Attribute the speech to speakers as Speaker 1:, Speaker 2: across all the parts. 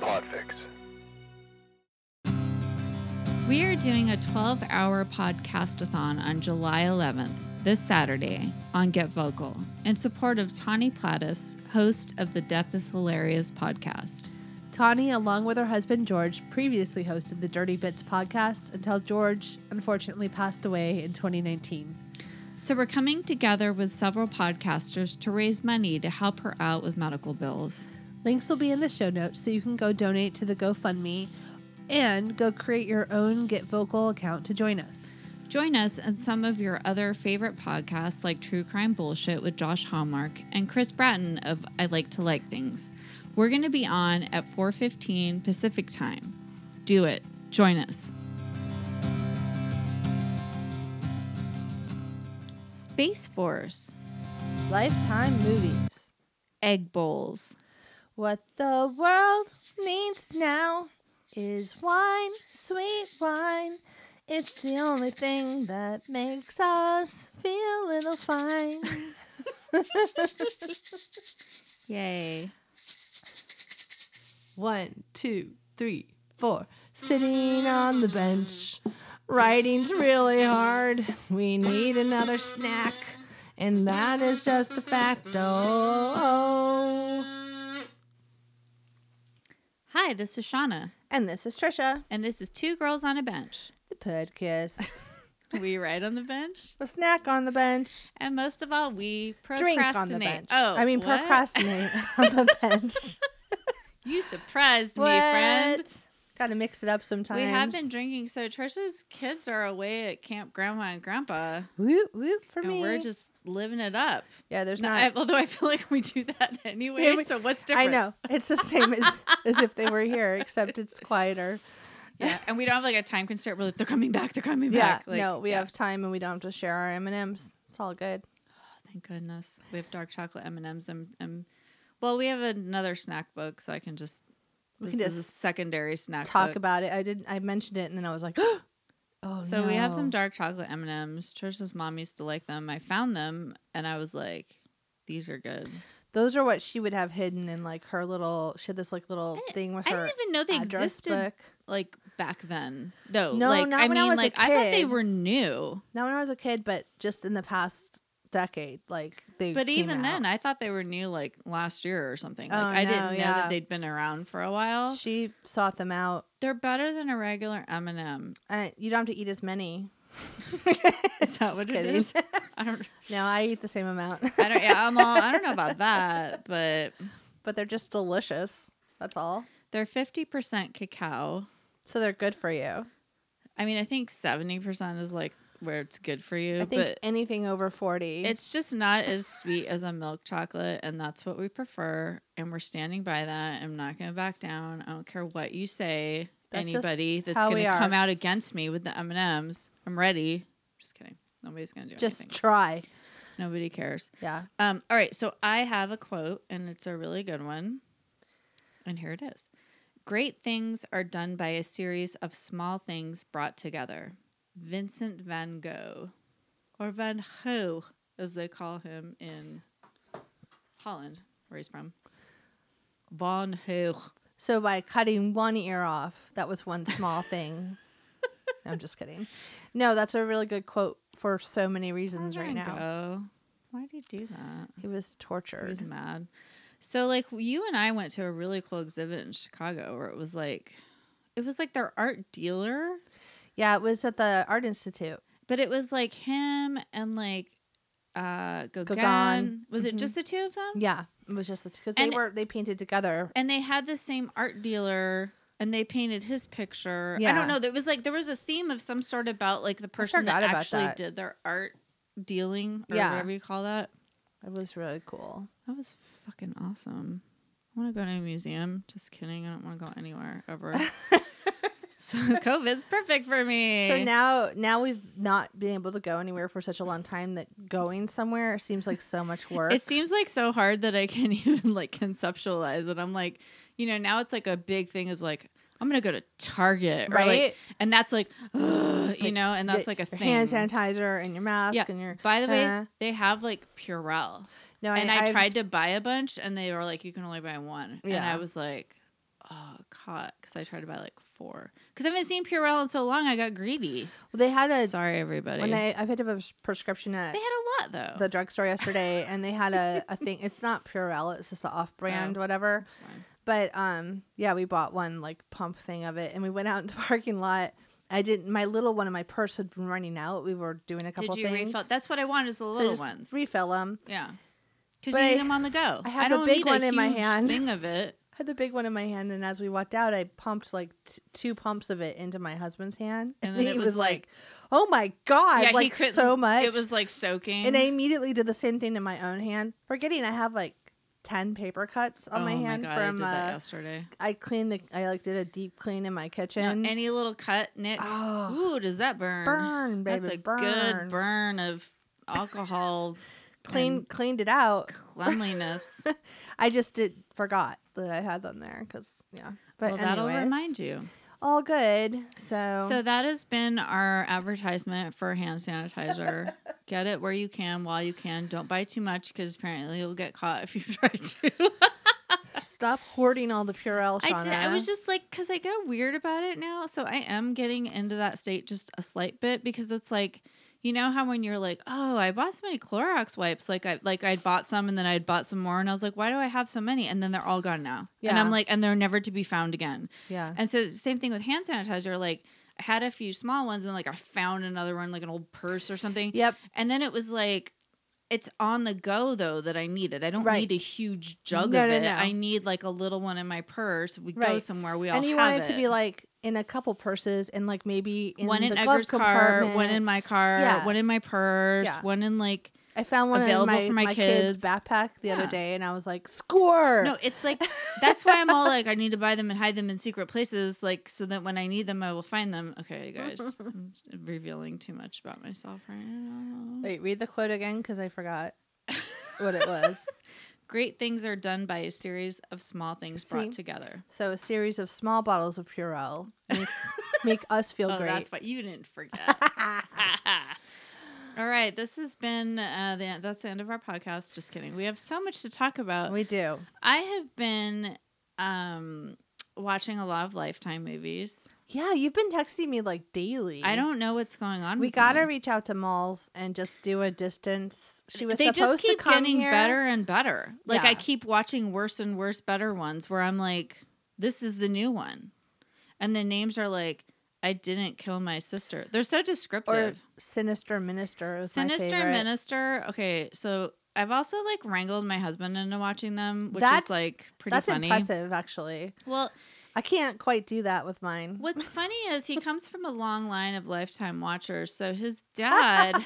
Speaker 1: Podfix.
Speaker 2: We are doing a 12 hour podcastathon on July 11th, this Saturday, on Get Vocal, in support of Tawny Plattis, host of the Death is Hilarious podcast.
Speaker 3: Tawny, along with her husband George, previously hosted the Dirty Bits podcast until George unfortunately passed away in 2019.
Speaker 2: So, we're coming together with several podcasters to raise money to help her out with medical bills.
Speaker 3: Links will be in the show notes so you can go donate to the GoFundMe and go create your own Get Vocal account to join us.
Speaker 2: Join us and some of your other favorite podcasts like True Crime Bullshit with Josh Hallmark and Chris Bratton of I Like to Like Things. We're going to be on at 4:15 Pacific Time. Do it. Join us.
Speaker 4: Space Force,
Speaker 3: Lifetime movies.
Speaker 4: Egg Bowls,
Speaker 3: What the world needs now is wine, sweet wine. It's the only thing that makes us feel a little fine.
Speaker 4: yay.
Speaker 3: One, two, three, four. Sitting on the bench. Writing's really hard. We need another snack. And that is just a facto.
Speaker 2: Hi, this is Shauna,
Speaker 3: And this is Trisha,
Speaker 2: and this is Two Girls on a Bench.
Speaker 3: the podcast.
Speaker 2: We write on the bench,
Speaker 3: The snack on the bench.
Speaker 2: and most of all, we procrastinate.
Speaker 3: Drink on the bench.
Speaker 2: Oh,
Speaker 3: I mean,
Speaker 2: what?
Speaker 3: procrastinate on the bench.
Speaker 2: You surprised me, friend.
Speaker 3: What? Gotta mix it up sometimes.
Speaker 2: We have been drinking. So Trisha's kids are away at Camp Grandma and Grandpa,
Speaker 3: Whoop, whoop for
Speaker 2: and
Speaker 3: me.
Speaker 2: we're just living it up.
Speaker 3: yeah, there's
Speaker 2: No,
Speaker 3: not.
Speaker 2: I, although I feel like we do that anyway.
Speaker 3: Yeah, we-
Speaker 2: so what's
Speaker 3: I
Speaker 2: different?
Speaker 3: know. It's the same as, as if they were here, except it's quieter.
Speaker 2: Yeah, and we don't have like a time constraint. We're like, they're coming back. They're coming
Speaker 3: Yeah,
Speaker 2: back. Like,
Speaker 3: no, we
Speaker 2: yeah.
Speaker 3: have time and we don't have to share our M and M's. It's all good.
Speaker 2: Oh, Thank goodness we have dark chocolate M and M's. And well, we have another snack book, so I can just.
Speaker 3: We
Speaker 2: This
Speaker 3: can
Speaker 2: is a
Speaker 3: just
Speaker 2: secondary snack.
Speaker 3: Talk
Speaker 2: book.
Speaker 3: about it. I did. I mentioned it, and then I was like, "Oh,
Speaker 2: So we have some
Speaker 3: no.
Speaker 2: dark chocolate M and M's. Trisha's mom used to like them. I found them, and I was like, these are good.
Speaker 3: Those are what she would have hidden in like her little. She had this like little
Speaker 2: didn't-
Speaker 3: thing with
Speaker 2: I
Speaker 3: her.
Speaker 2: didn't even know they
Speaker 3: address
Speaker 2: existed
Speaker 3: book.
Speaker 2: like back then, though.
Speaker 3: No,
Speaker 2: like,
Speaker 3: not
Speaker 2: I
Speaker 3: when I
Speaker 2: mean,
Speaker 3: was a
Speaker 2: like I thought they
Speaker 3: kid.
Speaker 2: were new,
Speaker 3: Not when I was a kid, but just in the past decade, like they.
Speaker 2: but
Speaker 3: came
Speaker 2: even then,
Speaker 3: out.
Speaker 2: I thought they were new, like last year or something. Like
Speaker 3: Oh,
Speaker 2: I didn't
Speaker 3: no,
Speaker 2: know
Speaker 3: yeah.
Speaker 2: that they'd been around for a while.
Speaker 3: she sought them out.
Speaker 2: They're better than a regular M&M. M and m
Speaker 3: Uh, you don't have to eat as many.
Speaker 2: Is that what it
Speaker 3: kidding.
Speaker 2: is? I don't.
Speaker 3: No, I eat the same amount,
Speaker 2: I don't. Yeah, I'm all. I don't know about that, but
Speaker 3: but they're just delicious. That's all.
Speaker 2: they're fifty percent cacao.
Speaker 3: So they're good for you.
Speaker 2: I mean, I think seventy percent is like where it's good for you,
Speaker 3: I think
Speaker 2: but
Speaker 3: anything over forty.
Speaker 2: It's just not as sweet as a milk chocolate, and that's what we prefer. And we're standing by that. I'm not going to back down. I don't care what you say.
Speaker 3: That's just
Speaker 2: anybody that's
Speaker 3: how
Speaker 2: going to
Speaker 3: we
Speaker 2: come
Speaker 3: are.
Speaker 2: out against me with the M and M's, I'm ready. Just kidding. Nobody's going to do
Speaker 3: just
Speaker 2: anything.
Speaker 3: try.
Speaker 2: Nobody cares.
Speaker 3: Yeah.
Speaker 2: Um, all right, so I have a quote, and it's a really good one. And here it is Great things are done by a series of small things brought together. Vincent van Gogh, or Van Gogh, as they call him in Holland, where he's from. Van Gogh.
Speaker 3: So by cutting one ear off, that was one small thing. I'm just kidding. No, that's a really good quote for so many reasons right
Speaker 2: Van
Speaker 3: now.
Speaker 2: Gogh. Why do you do that?
Speaker 3: He was
Speaker 2: He
Speaker 3: tortured.
Speaker 2: was mad. So like you and I went to a really cool exhibit in Chicago where it was like it was like their art dealer,
Speaker 3: Yeah, it was at the art institute.
Speaker 2: but it was like him and like uh Gauguin.
Speaker 3: Gauguin. Mm-hmm.
Speaker 2: Was it just the two of them?
Speaker 3: Yeah, it was just because they
Speaker 2: And-
Speaker 3: were they painted together.
Speaker 2: And they had the same art dealer and they painted his picture. I
Speaker 3: Yeah.
Speaker 2: don't know. There was like there was a theme of some sort about like the person that
Speaker 3: forgot about
Speaker 2: actually
Speaker 3: that.
Speaker 2: did their art dealing or
Speaker 3: Yeah.
Speaker 2: whatever you call that.
Speaker 3: It was really cool.
Speaker 2: That was fucking awesome. I want to go to a museum. Just kidding. I don't want to go anywhere ever. so COVID's perfect for me.
Speaker 3: So now now we've not been able to go anywhere for such a long time that going somewhere seems like so much work.
Speaker 2: it seems like so hard that I can't even like conceptualize it. I'm like, you know, now it's like a big thing is like I'm gonna go to Target, or, like-
Speaker 3: Right.
Speaker 2: and that's like, ugh, you know, and that's
Speaker 3: Get
Speaker 2: like a
Speaker 3: your
Speaker 2: thing.
Speaker 3: hand sanitizer and your mask
Speaker 2: yeah.
Speaker 3: and your
Speaker 2: By the way,
Speaker 3: uh,
Speaker 2: they have like Purell.
Speaker 3: no,
Speaker 2: and I,
Speaker 3: I've-
Speaker 2: tried to buy a bunch, and they were like, "You can only buy one." And
Speaker 3: Yeah.
Speaker 2: I was like, oh, caught because I tried to buy like four. Because I haven't seen Purell in so long, I got greedy.
Speaker 3: Well, they had a
Speaker 2: Sorry, everybody.
Speaker 3: when I I've had a prescription at
Speaker 2: they had a lot though.
Speaker 3: the drugstore yesterday, and they had a, a thing. It's not Purell. It's just the off-brand
Speaker 2: Oh.
Speaker 3: whatever.
Speaker 2: Fine.
Speaker 3: But um, yeah, we bought one like pump thing of it, and we went out into the parking lot. I didn't. My little one in my purse had been running out. We were doing a couple
Speaker 2: Did you
Speaker 3: things.
Speaker 2: refill? That's what I wanted is the
Speaker 3: So I
Speaker 2: little
Speaker 3: just
Speaker 2: ones.
Speaker 3: Refill them.
Speaker 2: yeah. Because
Speaker 3: But
Speaker 2: you
Speaker 3: I-
Speaker 2: need them on the go.
Speaker 3: I had the
Speaker 2: don't
Speaker 3: big
Speaker 2: need
Speaker 3: one
Speaker 2: a
Speaker 3: in my
Speaker 2: huge
Speaker 3: hand.
Speaker 2: Thing of it.
Speaker 3: I had the big one in my hand, and as we walked out, I pumped like t- two pumps of it into my husband's hand,
Speaker 2: And then
Speaker 3: he
Speaker 2: it was like-
Speaker 3: "Oh my god,
Speaker 2: yeah, he
Speaker 3: like
Speaker 2: couldn't.
Speaker 3: so much."
Speaker 2: It was like soaking.
Speaker 3: and I immediately did the same thing in my own hand, forgetting I have like ten paper cuts on
Speaker 2: oh
Speaker 3: my hand
Speaker 2: God, I
Speaker 3: from.
Speaker 2: did that
Speaker 3: uh,
Speaker 2: yesterday.
Speaker 3: I cleaned the. I like did a deep clean in my
Speaker 2: Now,
Speaker 3: kitchen.
Speaker 2: any little cut, nick.
Speaker 3: oh,
Speaker 2: Ooh, does that burn?
Speaker 3: burn, baby,
Speaker 2: That's a
Speaker 3: burn.
Speaker 2: good burn of alcohol
Speaker 3: Clean,
Speaker 2: and
Speaker 3: cleaned it out.
Speaker 2: cleanliness.
Speaker 3: I just did forgot that I had them there because yeah. But
Speaker 2: well, that'll
Speaker 3: anyways,
Speaker 2: remind you.
Speaker 3: All good. So.
Speaker 2: So that has been our advertisement for hand sanitizer. get it where you can, while you can. Don't buy too much because apparently you'll get caught if you try to.
Speaker 3: Stop hoarding all the Purell,
Speaker 2: I
Speaker 3: Shauna.
Speaker 2: did. I was just like, because I go weird about it now. So I am getting into that state just a slight bit because it's like, you know how when you're like, oh, I bought so many Clorox wipes, like I like I'd bought some and then I'd bought some more, and I was like, why do I have so many? And then they're all gone now, and
Speaker 3: Yeah.
Speaker 2: I'm like, and they're never to be found again.
Speaker 3: yeah.
Speaker 2: And so it's the same thing with hand sanitizer. Like I had a few small ones and like I found another one, like an old purse or something.
Speaker 3: Yep.
Speaker 2: And then it was like it's on the go though that I need it. I don't
Speaker 3: Right.
Speaker 2: need a huge jug
Speaker 3: No,
Speaker 2: of
Speaker 3: no,
Speaker 2: it.
Speaker 3: no.
Speaker 2: I need like a little one in my purse. We go
Speaker 3: Right.
Speaker 2: somewhere, we all
Speaker 3: And you
Speaker 2: have
Speaker 3: want it, to be like in a couple purses and like maybe in
Speaker 2: one
Speaker 3: the
Speaker 2: in
Speaker 3: glove
Speaker 2: Edgar's car,
Speaker 3: compartment.
Speaker 2: one in my car,
Speaker 3: Yeah.
Speaker 2: one in my purse,
Speaker 3: Yeah.
Speaker 2: one in like
Speaker 3: I found one
Speaker 2: available
Speaker 3: in my,
Speaker 2: for my
Speaker 3: kid's
Speaker 2: kids.
Speaker 3: backpack the other
Speaker 2: Yeah.
Speaker 3: day and I was like, score.
Speaker 2: No, it's like that's why I'm all like I need to buy them and hide them in secret places, like so that when I need them, I will find them. Okay, guys, I'm revealing too much about myself right now.
Speaker 3: Wait, read the quote again because I forgot what it was.
Speaker 2: Great things are done by a series of small things
Speaker 3: See?
Speaker 2: brought together.
Speaker 3: So a series of small bottles of Purell make, make us feel
Speaker 2: Oh,
Speaker 3: great.
Speaker 2: that's what you didn't forget. all right, this has been uh, the that's the end of our podcast. Just kidding. We have so much to talk about.
Speaker 3: we do.
Speaker 2: I have been um, watching a lot of Lifetime movies.
Speaker 3: Yeah, you've been texting me like daily.
Speaker 2: I don't know what's going on.
Speaker 3: We
Speaker 2: with
Speaker 3: gotta
Speaker 2: me.
Speaker 3: reach out to malls and just do a distance. She was
Speaker 2: they
Speaker 3: supposed
Speaker 2: just keep
Speaker 3: to come
Speaker 2: getting
Speaker 3: here.
Speaker 2: better and better. Like
Speaker 3: Yeah.
Speaker 2: I keep watching worse and worse, better ones where I'm like, this is the new one, and the names are like, I didn't kill my sister. They're so
Speaker 3: Or
Speaker 2: descriptive.
Speaker 3: Sinister Minister is my
Speaker 2: Sinister
Speaker 3: favorite.
Speaker 2: Minister. Okay, so I've also like wrangled my husband into watching them, which
Speaker 3: That's-
Speaker 2: is like pretty
Speaker 3: That's
Speaker 2: funny.
Speaker 3: impressive, actually.
Speaker 2: Well,
Speaker 3: I can't quite do that with mine.
Speaker 2: What's funny is he comes from a long line of lifetime watchers. So his dad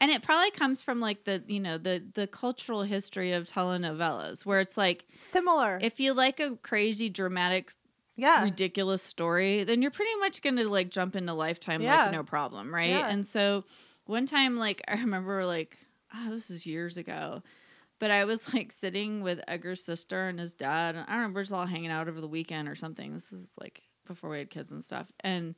Speaker 2: and it probably comes from like the, you know, the the cultural history of telenovelas where it's like
Speaker 3: Similar,
Speaker 2: if you like a crazy dramatic
Speaker 3: yeah.
Speaker 2: ridiculous story, then you're pretty much going to like jump into Lifetime
Speaker 3: Yeah.
Speaker 2: like no problem, right?
Speaker 3: Yeah.
Speaker 2: And so one time, like I remember, like oh, this was years ago, but I was like sitting with Edgar's sister and his dad, and I don't know, we're just all hanging out over the weekend or something. This is like before we had kids and stuff, and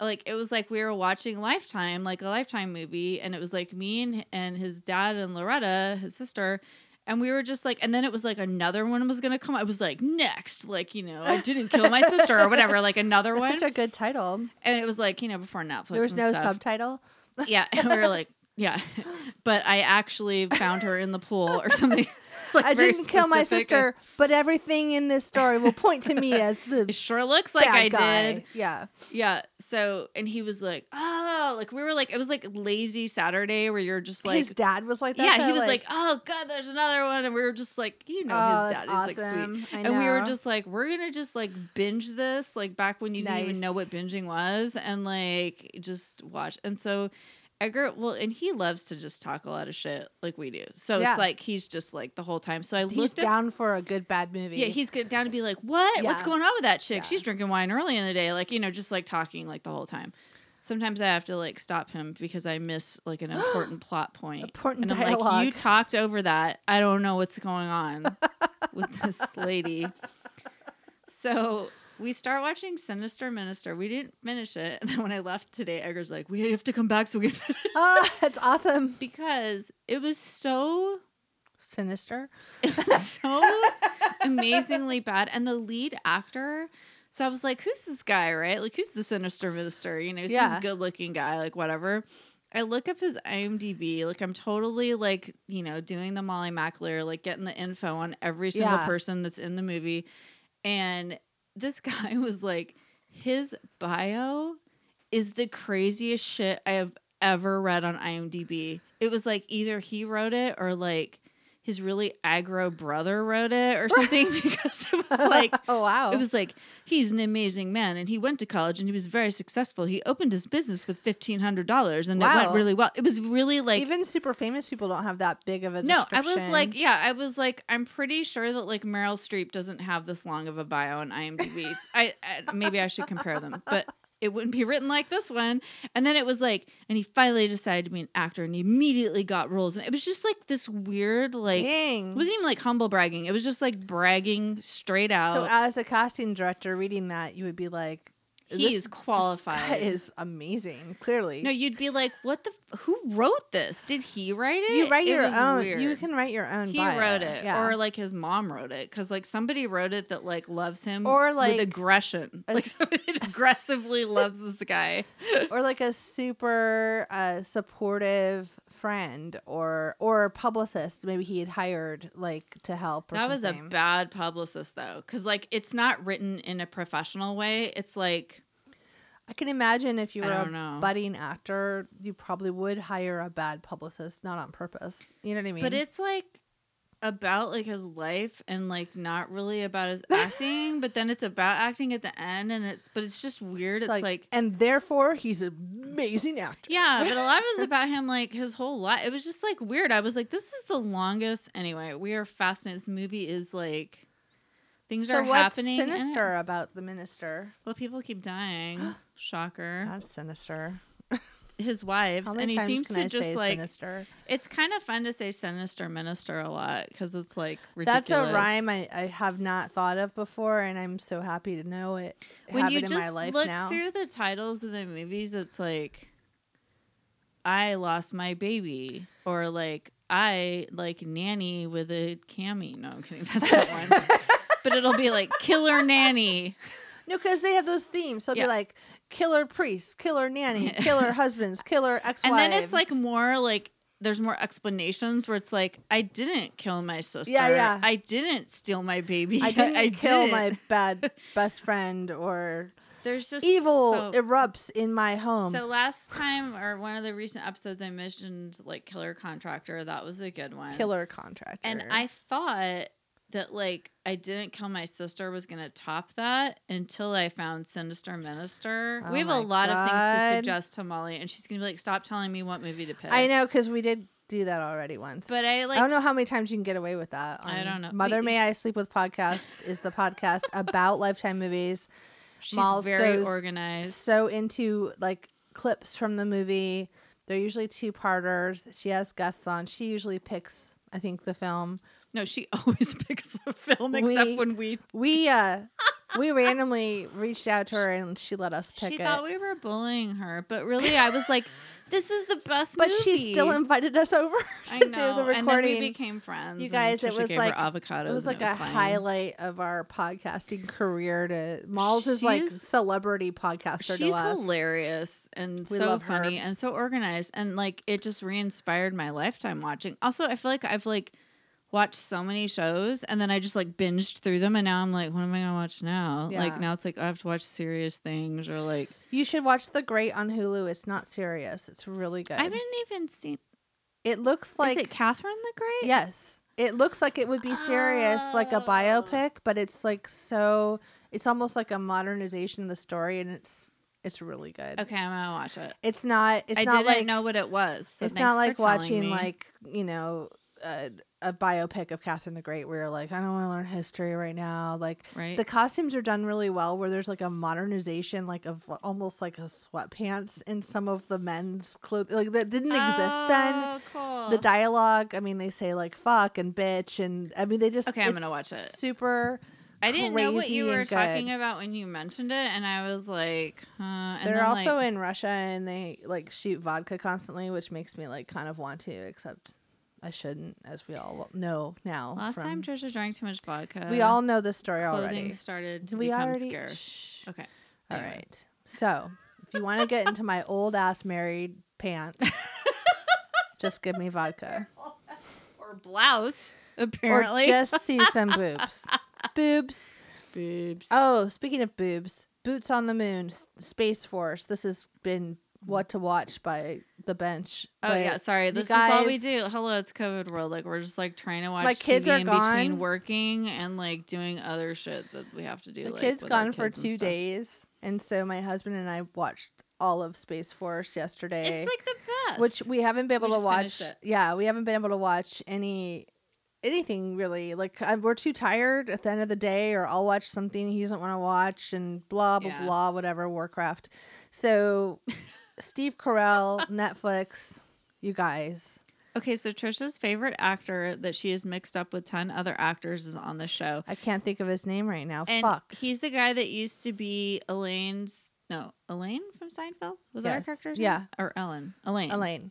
Speaker 2: like it was like we were watching Lifetime, like a Lifetime movie, and it was like me and, and his dad and Loretta, his sister, and we were just like, and then it was like another one was gonna come. I was like, next, like you know, I didn't kill my sister or whatever, like another
Speaker 3: That's
Speaker 2: one,
Speaker 3: such a good title.
Speaker 2: and it was like you know before Netflix.
Speaker 3: there was
Speaker 2: and
Speaker 3: no
Speaker 2: stuff.
Speaker 3: subtitle.
Speaker 2: Yeah, and we were like, yeah, but I actually found her in the pool or something. It's like
Speaker 3: I
Speaker 2: very
Speaker 3: didn't kill my
Speaker 2: specific.
Speaker 3: sister, but everything in this story will point to me as the
Speaker 2: It sure looks like
Speaker 3: bad
Speaker 2: I
Speaker 3: guy.
Speaker 2: did.
Speaker 3: Yeah,
Speaker 2: Yeah. So, and he was like, oh, like we were like, it was like lazy Saturday where you're just like,
Speaker 3: his dad was like that.
Speaker 2: yeah,
Speaker 3: though,
Speaker 2: he was like, oh God, there's another one. And we were just like, you know,
Speaker 3: Oh,
Speaker 2: his
Speaker 3: that's
Speaker 2: dad is like
Speaker 3: awesome.
Speaker 2: sweet.
Speaker 3: I
Speaker 2: And we were
Speaker 3: know.
Speaker 2: just like, we're going to just like binge this, like back when you didn't even know
Speaker 3: Nice.
Speaker 2: what binging was and like just watch. And so, Edgar, well, and he loves to just talk a lot of shit like we do. So
Speaker 3: Yeah.
Speaker 2: it's like he's just like the whole time. So I
Speaker 3: he's
Speaker 2: looked at
Speaker 3: down for a good bad movie.
Speaker 2: yeah, he's good down to be like, what? What's
Speaker 3: Yeah.
Speaker 2: going on with that chick?
Speaker 3: Yeah.
Speaker 2: She's drinking wine early in the day, like you know, just like talking like the whole time. Sometimes I have to like stop him because I miss like an important plot point.
Speaker 3: Important
Speaker 2: and I'm
Speaker 3: dialogue.
Speaker 2: like, you talked over that. I don't know what's going on with this lady. So we start watching Sinister Minister. We didn't finish it, and then when I left today, Edgar's like, "We have to come back so we can finish
Speaker 3: oh, that's awesome.
Speaker 2: because it was so
Speaker 3: Sinister.
Speaker 2: so amazingly bad. And the lead actor, so I was like, who's this guy, right? Like, who's the sinister minister? You know, he's
Speaker 3: Yeah.
Speaker 2: this good looking guy, like, whatever. I look up his IMDb, like, I'm totally, like, you know, doing the Molly Mackler, like, getting the info on every single
Speaker 3: Yeah.
Speaker 2: person that's in the movie. And this guy was like, his bio is the craziest shit I have ever read on IMDb. It was like either he wrote it or like his really aggro brother wrote it or something because it was like
Speaker 3: oh wow.
Speaker 2: it was like he's an amazing man and he went to college and he was very successful. He opened his business with fifteen hundred dollars and it
Speaker 3: Wow.
Speaker 2: went really well. It was really like
Speaker 3: even super famous people don't have that big of a
Speaker 2: no, I was
Speaker 3: description.
Speaker 2: like, yeah, I was like, I'm pretty sure that like Meryl Streep doesn't have this long of a bio on IMDb. I, I maybe I should compare them, but it wouldn't be written like this one. And then it was like, and he finally decided to be an actor, and he immediately got roles, and it was just like this weird, like,
Speaker 3: Dang.
Speaker 2: it wasn't even like humble bragging. It was just like bragging straight out.
Speaker 3: so uh, as a casting director reading that, you would be like,
Speaker 2: he
Speaker 3: this
Speaker 2: is qualified.
Speaker 3: guy is amazing. Clearly,
Speaker 2: no, you'd be like, what the? F- who wrote this? Did he write it?
Speaker 3: you write
Speaker 2: It
Speaker 3: your
Speaker 2: was
Speaker 3: own.
Speaker 2: weird.
Speaker 3: You can write your own.
Speaker 2: he
Speaker 3: bio.
Speaker 2: wrote it
Speaker 3: Yeah.
Speaker 2: or like his mom wrote it because like somebody wrote it that like loves him
Speaker 3: Or, like,
Speaker 2: with aggression
Speaker 3: a
Speaker 2: like
Speaker 3: s-
Speaker 2: somebody that aggressively loves this guy
Speaker 3: or like a super uh, supportive friend or or publicist maybe he had hired like to help or
Speaker 2: that was a
Speaker 3: something.
Speaker 2: bad publicist though because like it's not written in a professional way it's like
Speaker 3: i can imagine if you
Speaker 2: I
Speaker 3: were a
Speaker 2: don't know.
Speaker 3: budding actor you probably would hire a bad publicist not on purpose you know what i mean
Speaker 2: but it's like about like his life and like not really about his acting but then it's about acting at the end and it's but it's just weird it's, like
Speaker 3: and therefore he's an amazing actor
Speaker 2: Yeah, but a lot of it was about him, like his whole life. It was just like weird. I was like, this is the longest. Anyway, we are fascinated. This movie is like things
Speaker 3: so
Speaker 2: are
Speaker 3: what's
Speaker 2: happening. in it.
Speaker 3: sinister about the minister
Speaker 2: Well, people keep dying. Shocker.
Speaker 3: that's sinister
Speaker 2: His wives,
Speaker 3: how
Speaker 2: and
Speaker 3: many
Speaker 2: he
Speaker 3: times
Speaker 2: seems
Speaker 3: can
Speaker 2: to
Speaker 3: i
Speaker 2: just
Speaker 3: say
Speaker 2: like
Speaker 3: sinister
Speaker 2: it's kind of fun to say sinister minister a lot because it's like ridiculous.
Speaker 3: That's a rhyme I, I have not thought of before, and I'm so happy to know it.
Speaker 2: When
Speaker 3: have
Speaker 2: you
Speaker 3: it in
Speaker 2: just
Speaker 3: my life
Speaker 2: look
Speaker 3: now.
Speaker 2: through the titles of the movies, it's like I lost my baby, or like I like nanny with a cami. No, I'm kidding. That's that one. but it'll be like killer nanny.
Speaker 3: no, because they have those themes. So it'd
Speaker 2: Yeah.
Speaker 3: be like killer priests, killer nanny, killer husbands, killer ex.
Speaker 2: And then it's like more like there's more explanations where it's like I didn't kill my sister.
Speaker 3: yeah.
Speaker 2: I didn't steal my baby.
Speaker 3: I didn't kill
Speaker 2: didn't."
Speaker 3: my bad best friend, or
Speaker 2: There's just
Speaker 3: evil um,
Speaker 2: so-
Speaker 3: erupts in my home.
Speaker 2: So last time or one of the recent episodes I mentioned like killer contractor. That was a good one.
Speaker 3: killer contractor.
Speaker 2: And I thought that like I didn't kill my sister was gonna top that until I found Sinister Minister.
Speaker 3: Oh
Speaker 2: we have a
Speaker 3: my
Speaker 2: lot of things
Speaker 3: God.
Speaker 2: to suggest to Molly, and she's gonna be like, "Stop telling me what movie to pick."
Speaker 3: I know Oh because we did do that already once.
Speaker 2: but I like.
Speaker 3: I don't know how many times you can get away with that.
Speaker 2: I
Speaker 3: on
Speaker 2: don't know.
Speaker 3: Mother
Speaker 2: We-
Speaker 3: May I Sleep With podcast is the podcast about Lifetime movies.
Speaker 2: She's
Speaker 3: Malls
Speaker 2: very
Speaker 3: goes
Speaker 2: organized.
Speaker 3: so into like clips from the movie. They're usually two parters. She has guests on. She usually picks, I think, the film.
Speaker 2: no, she always picks the film except
Speaker 3: We-
Speaker 2: when we.
Speaker 3: We uh we randomly reached out to her and she let us pick
Speaker 2: She
Speaker 3: it.
Speaker 2: thought we were bullying her, but really, I was like, "This is the best
Speaker 3: but
Speaker 2: movie."
Speaker 3: she still invited us over
Speaker 2: I
Speaker 3: to
Speaker 2: know,
Speaker 3: the
Speaker 2: and then we
Speaker 3: recording.
Speaker 2: became friends.
Speaker 3: You
Speaker 2: and
Speaker 3: guys, it
Speaker 2: Trisha
Speaker 3: was
Speaker 2: gave her
Speaker 3: like-
Speaker 2: avocados.
Speaker 3: it was
Speaker 2: and
Speaker 3: like a
Speaker 2: fine.
Speaker 3: highlight of our podcasting career. To Malls is like
Speaker 2: She's-
Speaker 3: celebrity podcaster
Speaker 2: She's
Speaker 3: to us.
Speaker 2: hilarious and
Speaker 3: We
Speaker 2: so
Speaker 3: love her.
Speaker 2: funny and so organized and like it just re-inspired my lifetime watching. Also, I feel like I've like watched so many shows and then I just like binged through them and now I'm like, what am I gonna watch now?
Speaker 3: Yeah.
Speaker 2: Like now it's like I have to watch serious things or like
Speaker 3: You should watch The Great on Hulu. It's not serious. It's really good.
Speaker 2: I haven't even seen.
Speaker 3: it looks like
Speaker 2: is it Catherine the Great?
Speaker 3: Yes. It looks like it would be serious, like
Speaker 2: Oh.
Speaker 3: a biopic, but it's like so it's almost like a modernization of the story and it's it's really good.
Speaker 2: Okay, I'm gonna watch it.
Speaker 3: It's not it's
Speaker 2: I
Speaker 3: not
Speaker 2: didn't
Speaker 3: like
Speaker 2: know what it was. So
Speaker 3: it's
Speaker 2: thanks
Speaker 3: not
Speaker 2: for
Speaker 3: like
Speaker 2: telling
Speaker 3: watching
Speaker 2: me.
Speaker 3: like, you know, a, a biopic of Catherine the Great where you're like, I don't want to learn history right now. Like
Speaker 2: Right.
Speaker 3: the costumes are done really well where there's like a modernization like of almost like a sweatpants in some of the men's clothes like that didn't exist then
Speaker 2: Oh, cool.
Speaker 3: the dialogue i mean they say like fuck and bitch and i mean they just
Speaker 2: Okay, I'm
Speaker 3: it's
Speaker 2: gonna watch it.
Speaker 3: super
Speaker 2: I didn't know what you
Speaker 3: crazy
Speaker 2: were
Speaker 3: and good.
Speaker 2: talking about when you mentioned it, and I was like, huh. And
Speaker 3: they're
Speaker 2: then,
Speaker 3: also
Speaker 2: like,
Speaker 3: in russia and they like shoot vodka constantly which makes me like kind of want to except I shouldn't, as we all know now.
Speaker 2: Last
Speaker 3: from-
Speaker 2: time Trisha drank too much vodka.
Speaker 3: we all know this story
Speaker 2: clothing
Speaker 3: already.
Speaker 2: started to
Speaker 3: We
Speaker 2: become
Speaker 3: already.
Speaker 2: scarce.
Speaker 3: Shh.
Speaker 2: Okay.
Speaker 3: All
Speaker 2: Anyway.
Speaker 3: right. So, if you want to get into my old ass married pants, just give me vodka.
Speaker 2: Or blouse, apparently.
Speaker 3: Or just see some boobs. boobs.
Speaker 2: boobs.
Speaker 3: Oh, speaking of boobs, Boots on the Moon, S- Space Force. This has been what to watch by the bench.
Speaker 2: Oh
Speaker 3: But
Speaker 2: yeah, sorry.
Speaker 3: you
Speaker 2: This is all we
Speaker 3: guys-
Speaker 2: do. Hello, it's COVID world. Like we're just like trying to watch
Speaker 3: kids
Speaker 2: TV
Speaker 3: are
Speaker 2: in
Speaker 3: gone.
Speaker 2: between working and like doing other shit that we have to do.
Speaker 3: The
Speaker 2: like,
Speaker 3: kid's
Speaker 2: with our
Speaker 3: gone for
Speaker 2: kids and
Speaker 3: two
Speaker 2: stuff.
Speaker 3: days, and so my husband and I watched all of Space Force yesterday,
Speaker 2: It's like the best.
Speaker 3: which we haven't been able
Speaker 2: We
Speaker 3: to
Speaker 2: just finished
Speaker 3: watch.
Speaker 2: it.
Speaker 3: Yeah, we haven't been able to watch any anything really. Like I, we're too tired at the end of the day, or I'll watch something he doesn't want to watch, and blah blah
Speaker 2: Yeah.
Speaker 3: blah, whatever Warcraft. So, Steve Carell, Netflix, you guys.
Speaker 2: okay, so Trisha's favorite actor that she is mixed up with ten other actors is on the show,
Speaker 3: I can't think of his name right now.
Speaker 2: and
Speaker 3: Fuck.
Speaker 2: he's the guy that used to be Elaine's. No, Elaine from Seinfeld was that her
Speaker 3: Yes.
Speaker 2: character's
Speaker 3: Yeah.
Speaker 2: name? or Ellen? Elaine.
Speaker 3: Elaine.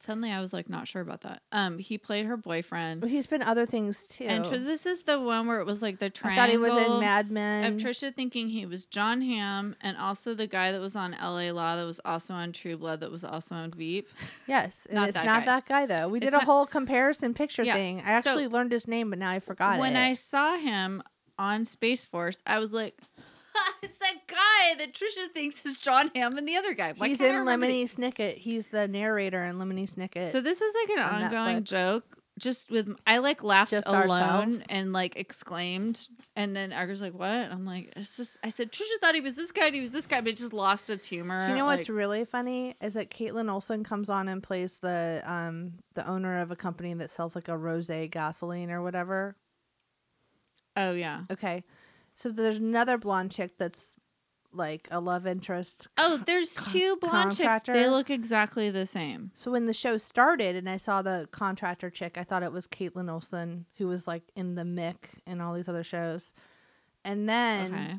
Speaker 2: Suddenly, I was like not sure about that. Um, he played her boyfriend.
Speaker 3: He's been other things too.
Speaker 2: And tr- this is the one where it was like the
Speaker 3: I
Speaker 2: triangle.
Speaker 3: thought he was in Mad Men.
Speaker 2: of Trisha thinking he was John Hamm and also the guy that was on LA Law that was also on True Blood that was also on Veep.
Speaker 3: Yes, and
Speaker 2: Not
Speaker 3: it's
Speaker 2: that
Speaker 3: not
Speaker 2: guy.
Speaker 3: that guy though. We
Speaker 2: It's
Speaker 3: did a
Speaker 2: not-
Speaker 3: whole comparison picture
Speaker 2: Yeah,
Speaker 3: thing. I
Speaker 2: so-
Speaker 3: actually learned his name, but now I forgot
Speaker 2: when
Speaker 3: it.
Speaker 2: I saw him on Space Force, I was like, it's that guy that Trisha thinks is John Hamm and the other guy. Why
Speaker 3: he's
Speaker 2: can't I
Speaker 3: in
Speaker 2: remember the-
Speaker 3: Lemony Snicket. He's the narrator in Lemony Snicket.
Speaker 2: So this is like an
Speaker 3: on
Speaker 2: ongoing
Speaker 3: Netflix.
Speaker 2: joke. Just with I like laughed
Speaker 3: Just
Speaker 2: alone
Speaker 3: ourselves?
Speaker 2: and like exclaimed, and then Edgar's like, "What?" I'm like, "It's just." I said, "Trisha thought he was this guy, and he was this guy, but it just lost its humor."
Speaker 3: you know what's
Speaker 2: like-
Speaker 3: really funny is that Caitlin Olsen comes on and plays the um the owner of a company that sells like a rose gasoline or whatever.
Speaker 2: oh yeah.
Speaker 3: Okay, so there's another blonde chick that's like a love interest
Speaker 2: Oh, there's two blonde chicks. They
Speaker 3: contractor?
Speaker 2: look exactly the same.
Speaker 3: So when the show started and I saw the contractor chick, I thought it was Caitlin Olsen who was like in the Mick and all these other shows. And then
Speaker 2: Okay.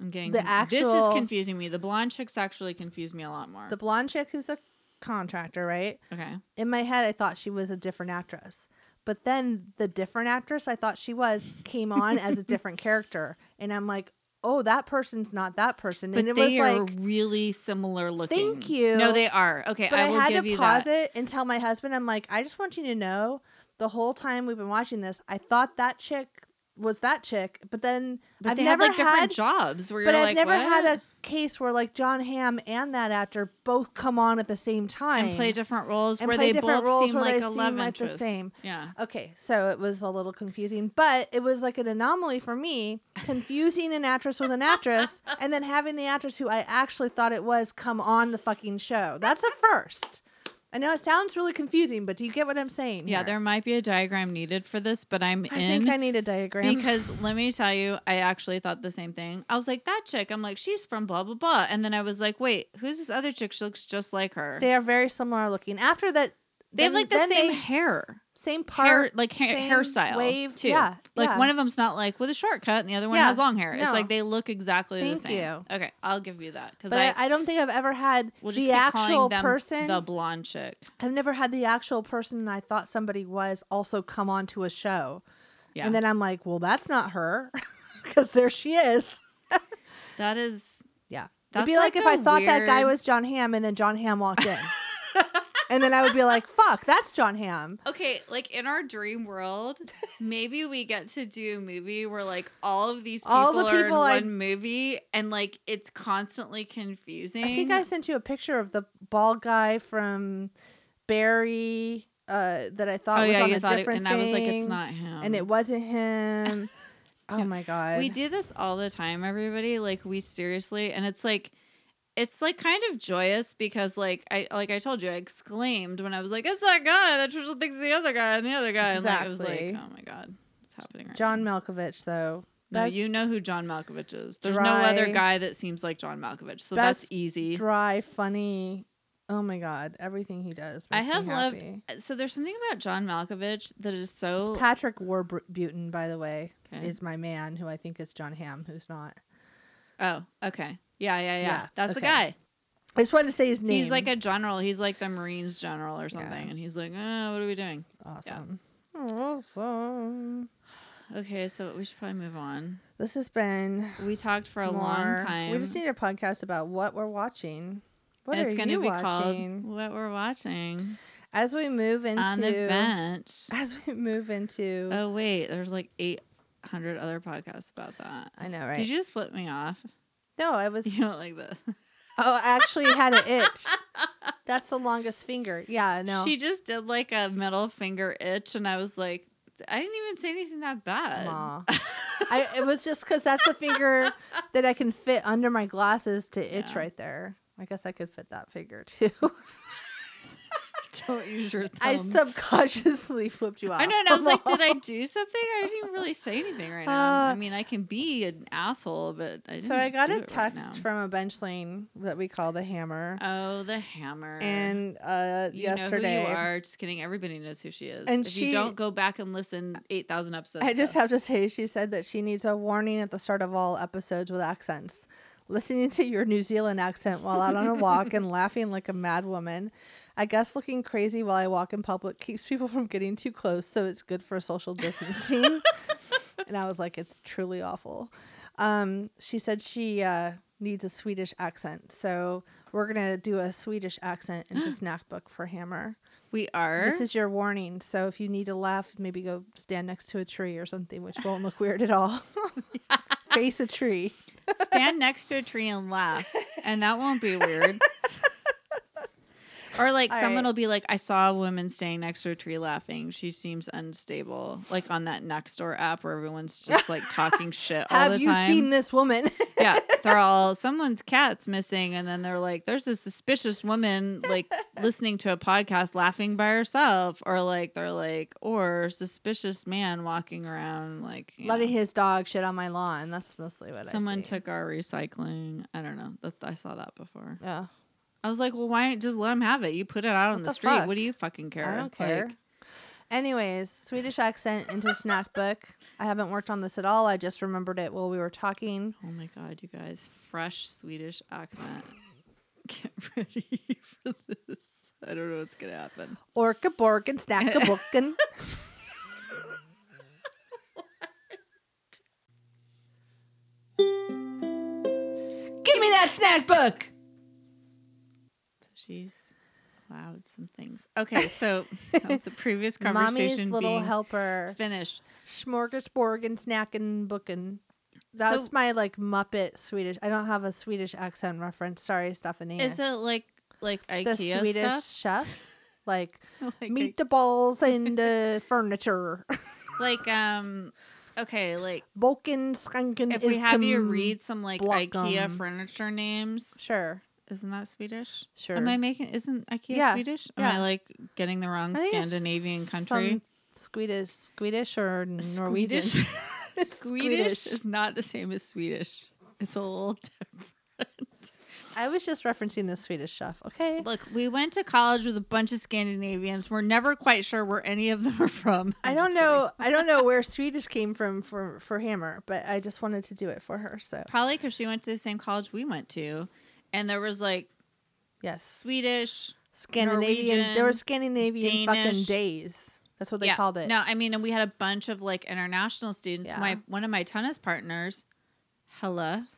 Speaker 2: I'm getting
Speaker 3: the
Speaker 2: the actual, this
Speaker 3: actual-
Speaker 2: is confusing me. The blonde chicks actually confuse me a lot more.
Speaker 3: the blonde chick who's the contractor, right?
Speaker 2: okay.
Speaker 3: In my head I thought she was a different actress. But then the different actress I thought she was came on as a different character and I'm like, "Oh, that person's not that person."
Speaker 2: But
Speaker 3: and it
Speaker 2: they
Speaker 3: was
Speaker 2: are
Speaker 3: like
Speaker 2: really similar looking.
Speaker 3: Thank you.
Speaker 2: No, they are. Okay,
Speaker 3: But
Speaker 2: I
Speaker 3: I,
Speaker 2: will
Speaker 3: had
Speaker 2: give you
Speaker 3: to pause
Speaker 2: that.
Speaker 3: it and tell my husband, I'm like, I just want you to know the whole time we've been watching this, I thought that chick was that chick, but then
Speaker 2: But
Speaker 3: I've
Speaker 2: they
Speaker 3: never
Speaker 2: have like
Speaker 3: had,
Speaker 2: different jobs where
Speaker 3: but
Speaker 2: you're
Speaker 3: I've
Speaker 2: like,
Speaker 3: never
Speaker 2: what?
Speaker 3: had a case where like John Hamm and that actor both come on at the same time
Speaker 2: and play different roles
Speaker 3: and
Speaker 2: where
Speaker 3: play
Speaker 2: they
Speaker 3: different
Speaker 2: both
Speaker 3: roles
Speaker 2: seem
Speaker 3: where
Speaker 2: like
Speaker 3: they
Speaker 2: a
Speaker 3: seem
Speaker 2: love
Speaker 3: like the
Speaker 2: interest.
Speaker 3: same. Um,
Speaker 2: Yeah.
Speaker 3: Okay, so it was a little confusing, but it was like an anomaly for me, confusing an actress with an actress, and then having the actress who I actually thought it was come on the fucking show. That's a first. I know it sounds really confusing, but do you get what I'm saying?
Speaker 2: Yeah,
Speaker 3: here?
Speaker 2: there might be a diagram needed for this, but I'm
Speaker 3: I
Speaker 2: in.
Speaker 3: think I need a diagram.
Speaker 2: Because let me tell you, I actually thought the same thing. I was like, that chick, I'm like, she's from blah, blah, blah. And then I was like, wait, who's this other chick? She looks just like her. They,
Speaker 3: they are very similar looking. After that,
Speaker 2: have
Speaker 3: then-
Speaker 2: like the
Speaker 3: then
Speaker 2: same
Speaker 3: they-
Speaker 2: hair.
Speaker 3: same part,
Speaker 2: Hair, like ha-
Speaker 3: same
Speaker 2: hairstyle.
Speaker 3: wave.
Speaker 2: too.
Speaker 3: Yeah,
Speaker 2: Like
Speaker 3: yeah.
Speaker 2: one of them's not like with a shortcut and the other one
Speaker 3: Yeah,
Speaker 2: has long hair. It's
Speaker 3: no.
Speaker 2: like they look exactly the
Speaker 3: Thank
Speaker 2: same.
Speaker 3: you.
Speaker 2: Okay, I'll give you that. Because
Speaker 3: But
Speaker 2: I,
Speaker 3: I, I don't think I've ever had
Speaker 2: will just
Speaker 3: the
Speaker 2: keep calling
Speaker 3: actual
Speaker 2: them
Speaker 3: person
Speaker 2: the blonde chick.
Speaker 3: I've never had the actual person I thought somebody was also come onto a show.
Speaker 2: Yeah.
Speaker 3: And then I'm like, well, that's not her because there she is.
Speaker 2: that is.
Speaker 3: Yeah.
Speaker 2: That's
Speaker 3: It'd be like,
Speaker 2: like
Speaker 3: if I
Speaker 2: a
Speaker 3: thought that guy
Speaker 2: weird-
Speaker 3: was John Hamm and then John Hamm walked in. and then I would be like, fuck, that's John Hamm.
Speaker 2: Okay, like in our dream world, maybe we get to do a movie where like all of these people,
Speaker 3: All the
Speaker 2: are in
Speaker 3: people I-
Speaker 2: one movie and like it's constantly confusing.
Speaker 3: I think I sent you a picture of the bald guy from Barry uh, that I thought
Speaker 2: Oh
Speaker 3: was
Speaker 2: yeah,
Speaker 3: on
Speaker 2: you
Speaker 3: a
Speaker 2: thought it,
Speaker 3: different
Speaker 2: and I was like,
Speaker 3: thing,
Speaker 2: it's not him.
Speaker 3: And it wasn't him. oh my God.
Speaker 2: we do this all the time, everybody. Like we seriously, and it's like. It's like kind of joyous because, like I like I told you, I exclaimed when I was like, "It's that guy that Trisha thinks the other guy and the other guy," and like it was
Speaker 3: Exactly.
Speaker 2: like, "Oh my god, it's happening right
Speaker 3: John
Speaker 2: now."
Speaker 3: Malkovich, though.
Speaker 2: No,
Speaker 3: Best-
Speaker 2: you know who John Malkovich is. There's no other
Speaker 3: dry-
Speaker 2: guy that seems like John Malkovich. So that's
Speaker 3: Best
Speaker 2: easy.
Speaker 3: dry, funny. Oh my god, everything he does.
Speaker 2: I
Speaker 3: makes me
Speaker 2: have loved. uh,
Speaker 3: happy.
Speaker 2: So there's something about John Malkovich that is so.
Speaker 3: Patrick Warburton, by the way,
Speaker 2: Oh. Okay.
Speaker 3: is my man, who I think is John Hamm, who's not.
Speaker 2: oh, okay. Yeah, yeah, yeah.
Speaker 3: Yeah,
Speaker 2: That's the
Speaker 3: okay.
Speaker 2: guy.
Speaker 3: I just wanted to say his name.
Speaker 2: He's like a general. He's like the Marines general or something. And he's like, oh, what are we doing?
Speaker 3: awesome. Awesome.
Speaker 2: Okay, so we should probably move on.
Speaker 3: This has been
Speaker 2: We talked for a
Speaker 3: more-
Speaker 2: long time.
Speaker 3: We just need a podcast about what we're watching. What
Speaker 2: and
Speaker 3: are
Speaker 2: it's gonna
Speaker 3: you
Speaker 2: be
Speaker 3: watching?
Speaker 2: called What We're Watching
Speaker 3: As we move into
Speaker 2: on the Bench.
Speaker 3: as we move into
Speaker 2: Oh, wait. There's like 800 other podcasts about that.
Speaker 3: I know, right?
Speaker 2: Did you just flip me off?
Speaker 3: no, I was
Speaker 2: You don't like this.
Speaker 3: Oh, I actually had an itch. That's the longest finger. Yeah, no.
Speaker 2: She just did like a middle finger itch, and I was like, I didn't even say anything that bad.
Speaker 3: Aw. I, it was just because that's the finger that I can fit under my glasses to itch
Speaker 2: Yeah.
Speaker 3: right there. I guess I could fit that finger too.
Speaker 2: Don't use your thumb.
Speaker 3: I subconsciously flipped you off.
Speaker 2: I know, and I was like, did I do something? I didn't even really say anything right now. I mean, I can be an asshole, but I didn't.
Speaker 3: Uh, So I got
Speaker 2: do
Speaker 3: a
Speaker 2: it right
Speaker 3: text
Speaker 2: now.
Speaker 3: from a bench lane that we call the hammer,
Speaker 2: Oh, the hammer.
Speaker 3: and uh,
Speaker 2: you
Speaker 3: yesterday
Speaker 2: know who you are. Just kidding. Everybody knows who she is.
Speaker 3: And
Speaker 2: if
Speaker 3: she-
Speaker 2: you don't go back and listen, eight thousand episodes.
Speaker 3: I just
Speaker 2: ago.
Speaker 3: have to say, she said that she needs a warning at the start of all episodes with accents. Listening to your New Zealand accent while out on a walk and laughing like a mad woman. I guess looking crazy while I walk in public keeps people from getting too close, so it's good for social distancing. and I was like, it's truly awful. Um, she said she uh, needs a Swedish accent, so we're gonna do a Swedish accent into snack book for Hammer.
Speaker 2: we are.
Speaker 3: This is your warning. So if you need to laugh, maybe go stand next to a tree or something, which won't look weird at all. Face a tree.
Speaker 2: Stand next to a tree and laugh, and that won't be weird. or like
Speaker 3: All
Speaker 2: someone
Speaker 3: right.
Speaker 2: will be like, "I saw a woman standing next to a tree laughing. She seems unstable." Like on that next door app where everyone's just like talking shit all
Speaker 3: Have
Speaker 2: the
Speaker 3: you
Speaker 2: time.
Speaker 3: seen this woman?
Speaker 2: yeah, they're all someone's cat's missing, and then they're like, "There's a suspicious woman like listening to a podcast, laughing by herself," or like they're like, "Or suspicious man walking around like you
Speaker 3: Letting
Speaker 2: know.
Speaker 3: his dog shit on my lawn. That's mostly what I
Speaker 2: Someone
Speaker 3: see.
Speaker 2: took our recycling. I don't know. That, I saw that before.
Speaker 3: Yeah.
Speaker 2: I was like, well, why just let him have it? You put it out on the,
Speaker 3: the
Speaker 2: street.
Speaker 3: fuck?
Speaker 2: What do you fucking care?
Speaker 3: I don't care.
Speaker 2: Like,
Speaker 3: Anyways, Swedish accent into snack book. I haven't worked on this at all. I just remembered it while we were talking.
Speaker 2: oh my god, you guys, fresh Swedish accent. Get ready for this. I don't know what's gonna happen.
Speaker 3: Orca bork and snack a book and Give me that snack book.
Speaker 2: So she's allowed some things. Okay, so that was the previous
Speaker 3: Mommy's
Speaker 2: conversation
Speaker 3: little
Speaker 2: being
Speaker 3: helper.
Speaker 2: finished.
Speaker 3: Smorgasborg and snacking booking. That's
Speaker 2: So-
Speaker 3: my like Muppet Swedish. I don't have a Swedish accent reference. Sorry, Stephanie.
Speaker 2: Is it like like
Speaker 3: the
Speaker 2: IKEA
Speaker 3: Swedish
Speaker 2: stuff?
Speaker 3: chef? Like,
Speaker 2: Like
Speaker 3: meat the balls and the furniture.
Speaker 2: Like um, okay, like
Speaker 3: Boken skanken.
Speaker 2: if we
Speaker 3: is
Speaker 2: have you
Speaker 3: kom-
Speaker 2: read some like
Speaker 3: block
Speaker 2: IKEA
Speaker 3: 'em.
Speaker 2: furniture names,
Speaker 3: Sure.
Speaker 2: isn't that Swedish?
Speaker 3: Sure.
Speaker 2: Am I making? Isn't IKEA
Speaker 3: Yeah,
Speaker 2: Swedish? Am
Speaker 3: yeah.
Speaker 2: I like getting the wrong
Speaker 3: I think it's
Speaker 2: Scandinavian
Speaker 3: Some
Speaker 2: country?
Speaker 3: Swedish, Swedish or Norwegian.
Speaker 2: Swedish.
Speaker 3: It's
Speaker 2: Swedish
Speaker 3: Swedish.
Speaker 2: is not the same as Swedish. It's a little different.
Speaker 3: I was just referencing the Swedish chef. Okay.
Speaker 2: Look, we went to college with a bunch of Scandinavians. We're never quite sure where any of them are from.
Speaker 3: I
Speaker 2: I'm
Speaker 3: don't
Speaker 2: just
Speaker 3: know. I don't know where Swedish came from for for Hammer, but I just wanted to do it for her. So
Speaker 2: kidding. Probably because she went to the same college we went to, and there was like
Speaker 3: yes,
Speaker 2: Swedish.
Speaker 3: Scandinavian. there
Speaker 2: Norwegian,
Speaker 3: were Scandinavian fucking
Speaker 2: Danish.
Speaker 3: days. That's what they
Speaker 2: yeah.
Speaker 3: called it.
Speaker 2: No, I mean, and we had a bunch of like international students.
Speaker 3: Yeah.
Speaker 2: My one of my tennis partners, Hella.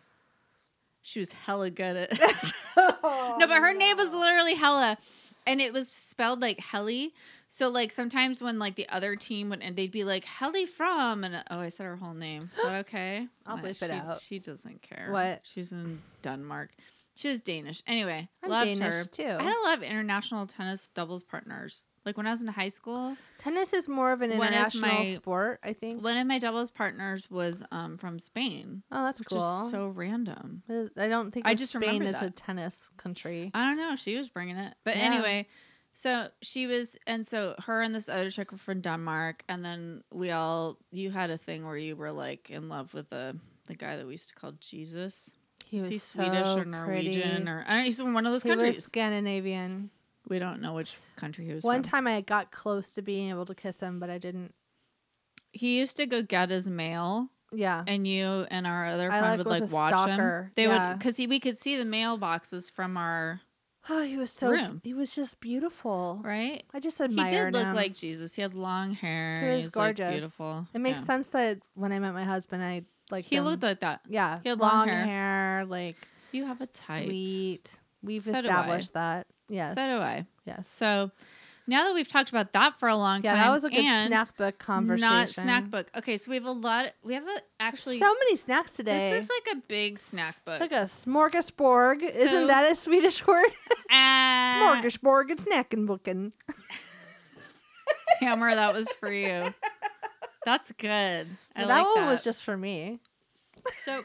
Speaker 2: She was hella good at No, but her name
Speaker 3: Oh,
Speaker 2: was literally Hella. And it was spelled like Helly. So like sometimes when like the other team would and they'd be like Helly from and oh I said her whole name. Is that okay?
Speaker 3: I'll
Speaker 2: Nah,
Speaker 3: bleep
Speaker 2: she-
Speaker 3: it out.
Speaker 2: She doesn't care.
Speaker 3: What?
Speaker 2: She's in Denmark. She was Danish. Anyway,
Speaker 3: I'm
Speaker 2: loved
Speaker 3: Danish,
Speaker 2: her.
Speaker 3: too.
Speaker 2: I had a lot of international tennis doubles partners. Like when I was in high school,
Speaker 3: Tennis is more of an
Speaker 2: One of
Speaker 3: international
Speaker 2: my-
Speaker 3: sport, I think.
Speaker 2: one of my doubles partners was um, from Spain,
Speaker 3: Oh, that's
Speaker 2: which
Speaker 3: cool.
Speaker 2: is so random.
Speaker 3: Uh, I don't think
Speaker 2: I
Speaker 3: of
Speaker 2: just
Speaker 3: Spain
Speaker 2: remembered
Speaker 3: is a
Speaker 2: that. Uh,
Speaker 3: tennis country.
Speaker 2: I don't know. She was bringing it, but
Speaker 3: Yeah.
Speaker 2: anyway, so she was, and so her and this other chick were from Denmark, and then we all you had a thing where you were like in love with the the guy that we used to call Jesus.
Speaker 3: He
Speaker 2: is
Speaker 3: was
Speaker 2: he Swedish
Speaker 3: so
Speaker 2: or Norwegian
Speaker 3: pretty.
Speaker 2: or I don't. He's from one of those
Speaker 3: he
Speaker 2: countries.
Speaker 3: was Scandinavian.
Speaker 2: we don't know which country he was
Speaker 3: One
Speaker 2: from.
Speaker 3: time I got close to being able to kiss him, but I didn't.
Speaker 2: he used to go get his mail.
Speaker 3: Yeah.
Speaker 2: and you and our other
Speaker 3: I,
Speaker 2: friend
Speaker 3: like,
Speaker 2: would
Speaker 3: was
Speaker 2: like
Speaker 3: a
Speaker 2: watch
Speaker 3: stalker.
Speaker 2: him. They
Speaker 3: Yeah.
Speaker 2: would because we could see the mailboxes from our
Speaker 3: Oh, he was so
Speaker 2: room.
Speaker 3: he was just beautiful.
Speaker 2: right?
Speaker 3: I just
Speaker 2: He
Speaker 3: admire
Speaker 2: did look
Speaker 3: him.
Speaker 2: like Jesus. He had long hair.
Speaker 3: he
Speaker 2: and
Speaker 3: was
Speaker 2: was, like,
Speaker 3: gorgeous.
Speaker 2: beautiful.
Speaker 3: It makes
Speaker 2: Yeah.
Speaker 3: sense that when I met my husband, I like
Speaker 2: He looked like that.
Speaker 3: yeah,
Speaker 2: he had long hair.
Speaker 3: hair, like
Speaker 2: You have a type.
Speaker 3: sweet. We've
Speaker 2: So do I.
Speaker 3: established that. Yes,
Speaker 2: So do I.
Speaker 3: yes,
Speaker 2: So now that we've talked about that for a long
Speaker 3: yeah.
Speaker 2: time,
Speaker 3: That was a good
Speaker 2: and
Speaker 3: snack book conversation.
Speaker 2: Not snack book. Okay, so we have a lot. We have a actually.
Speaker 3: So many snacks today.
Speaker 2: this is like a big snack book.
Speaker 3: like a smorgasbord.
Speaker 2: So-
Speaker 3: Isn't that a Swedish word?
Speaker 2: Ah,
Speaker 3: smorgasbord. It's snacking booking.
Speaker 2: Hammer, that was for you. That's good. I
Speaker 3: that
Speaker 2: like
Speaker 3: one was
Speaker 2: that.
Speaker 3: just for me.
Speaker 2: So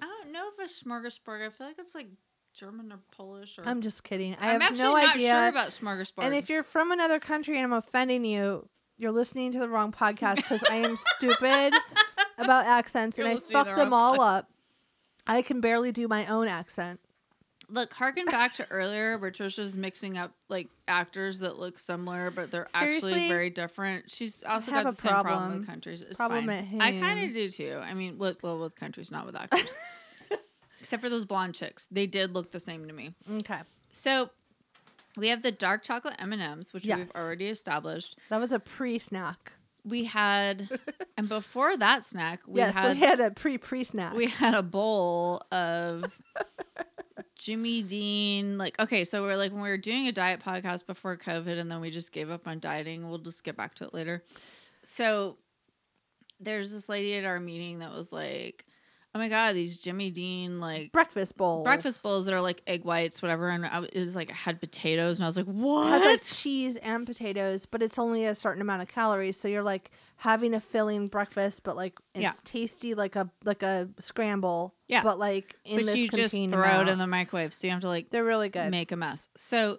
Speaker 2: I don't know if a smorgasbord. I feel like it's like German or Polish or.
Speaker 3: I'm just kidding. I
Speaker 2: I'm
Speaker 3: have
Speaker 2: actually
Speaker 3: no
Speaker 2: not
Speaker 3: idea.
Speaker 2: sure about smorgasbord.
Speaker 3: and if you're from another country and I'm offending you, you're listening to the wrong podcast because I am stupid about accents
Speaker 2: You're
Speaker 3: and I
Speaker 2: listening to
Speaker 3: fucked
Speaker 2: the
Speaker 3: them
Speaker 2: wrong
Speaker 3: all up. I can barely do my own accent.
Speaker 2: look, harken back to earlier where Trisha's mixing up like actors that look similar but they're actually
Speaker 3: Seriously?
Speaker 2: very different. She's also
Speaker 3: have
Speaker 2: got
Speaker 3: a
Speaker 2: the same problem.
Speaker 3: problem.
Speaker 2: with countries. It's
Speaker 3: Problem
Speaker 2: fine.
Speaker 3: at
Speaker 2: I kind
Speaker 3: hand.
Speaker 2: of do too. I mean, with, well, with countries, not with actors. Except for those blonde chicks, they did look the same to me.
Speaker 3: Okay,
Speaker 2: So we have the dark chocolate M and M's, which
Speaker 3: Yes.
Speaker 2: we've already established.
Speaker 3: that was a pre-snack.
Speaker 2: We had, and before that snack, we
Speaker 3: yes,
Speaker 2: had
Speaker 3: we had a pre-pre-snack.
Speaker 2: we had a bowl of Jimmy Dean. Like, okay, so we're like, when we were doing a diet podcast before COVID, and then we just gave up on dieting. We'll just get back to it later. So there's this lady at our meeting that was like, oh my God, these Jimmy Dean, like,
Speaker 3: breakfast bowl.
Speaker 2: Breakfast bowls that are like egg whites, whatever, and I, it was like it had potatoes, and I was like,
Speaker 3: It
Speaker 2: "What?"
Speaker 3: has like cheese and potatoes, but it's only a certain amount of calories. So you're like having a filling breakfast, but like it's
Speaker 2: Yeah.
Speaker 3: tasty, like a like a scramble.
Speaker 2: Yeah.
Speaker 3: but like in
Speaker 2: but
Speaker 3: this
Speaker 2: you just throw
Speaker 3: contained
Speaker 2: it
Speaker 3: amount.
Speaker 2: in the microwave, so you have to like
Speaker 3: They're really good.
Speaker 2: make a mess. So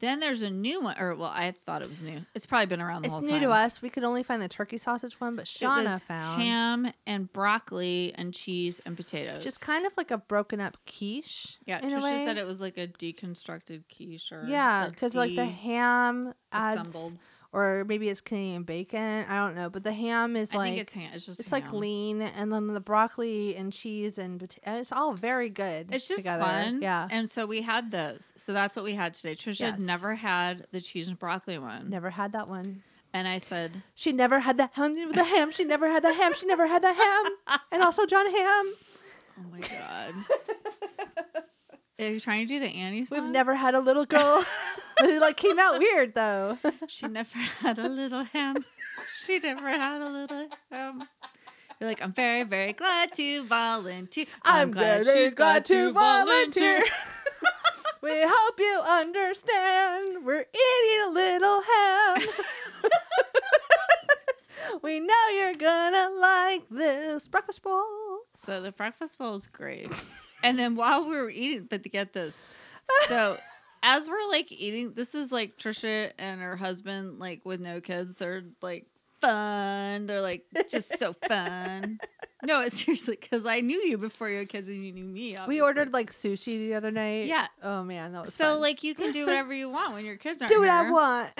Speaker 2: then there's a new one, or well, I thought it was new. It's probably been around the
Speaker 3: It's
Speaker 2: whole
Speaker 3: new
Speaker 2: time.
Speaker 3: to us. We could only find the turkey sausage one, but
Speaker 2: It
Speaker 3: Shauna
Speaker 2: was
Speaker 3: found
Speaker 2: ham and broccoli and cheese and potatoes.
Speaker 3: just kind of like a broken up quiche.
Speaker 2: yeah,
Speaker 3: in a
Speaker 2: Trisha
Speaker 3: way.
Speaker 2: said it was like a deconstructed quiche or
Speaker 3: Yeah, because like the ham adds,
Speaker 2: assembled.
Speaker 3: or maybe it's Canadian bacon. I don't know, but the ham is
Speaker 2: I
Speaker 3: like
Speaker 2: think it's ham. It's just
Speaker 3: it's like
Speaker 2: ham.
Speaker 3: lean, and then the broccoli and cheese and pota- it's all very good.
Speaker 2: It's just
Speaker 3: together.
Speaker 2: fun.
Speaker 3: Yeah,
Speaker 2: And so we had those. So that's what we had today. Trisha
Speaker 3: Yes.
Speaker 2: had never had the cheese and broccoli one.
Speaker 3: never had that one.
Speaker 2: And I said,
Speaker 3: She never had the ham. The ham. She never had the ham. She never had the ham. And also John Ham.
Speaker 2: Oh my God. Are you trying to do the Annie song?
Speaker 3: We've never had a little girl. it like came out weird though.
Speaker 2: She never had a little ham. She never had a little ham. You're like, I'm very, very glad to volunteer.
Speaker 3: I'm glad she's got to volunteer. we hope you understand. We're eating a little ham. we know you're gonna like this breakfast bowl.
Speaker 2: So the breakfast bowl was great. And then while we were eating, but to get this, so as we're like eating, this is like Trisha and her husband, like with no kids. They're like fun. They're like just so fun. No, it's seriously, because I knew you before you had kids and you knew me.
Speaker 3: We
Speaker 2: obviously.
Speaker 3: ordered like sushi the other night.
Speaker 2: Yeah.
Speaker 3: Oh man, that was
Speaker 2: So
Speaker 3: fun.
Speaker 2: like you can do whatever you want when your kids aren't
Speaker 3: do what I
Speaker 2: here.
Speaker 3: want.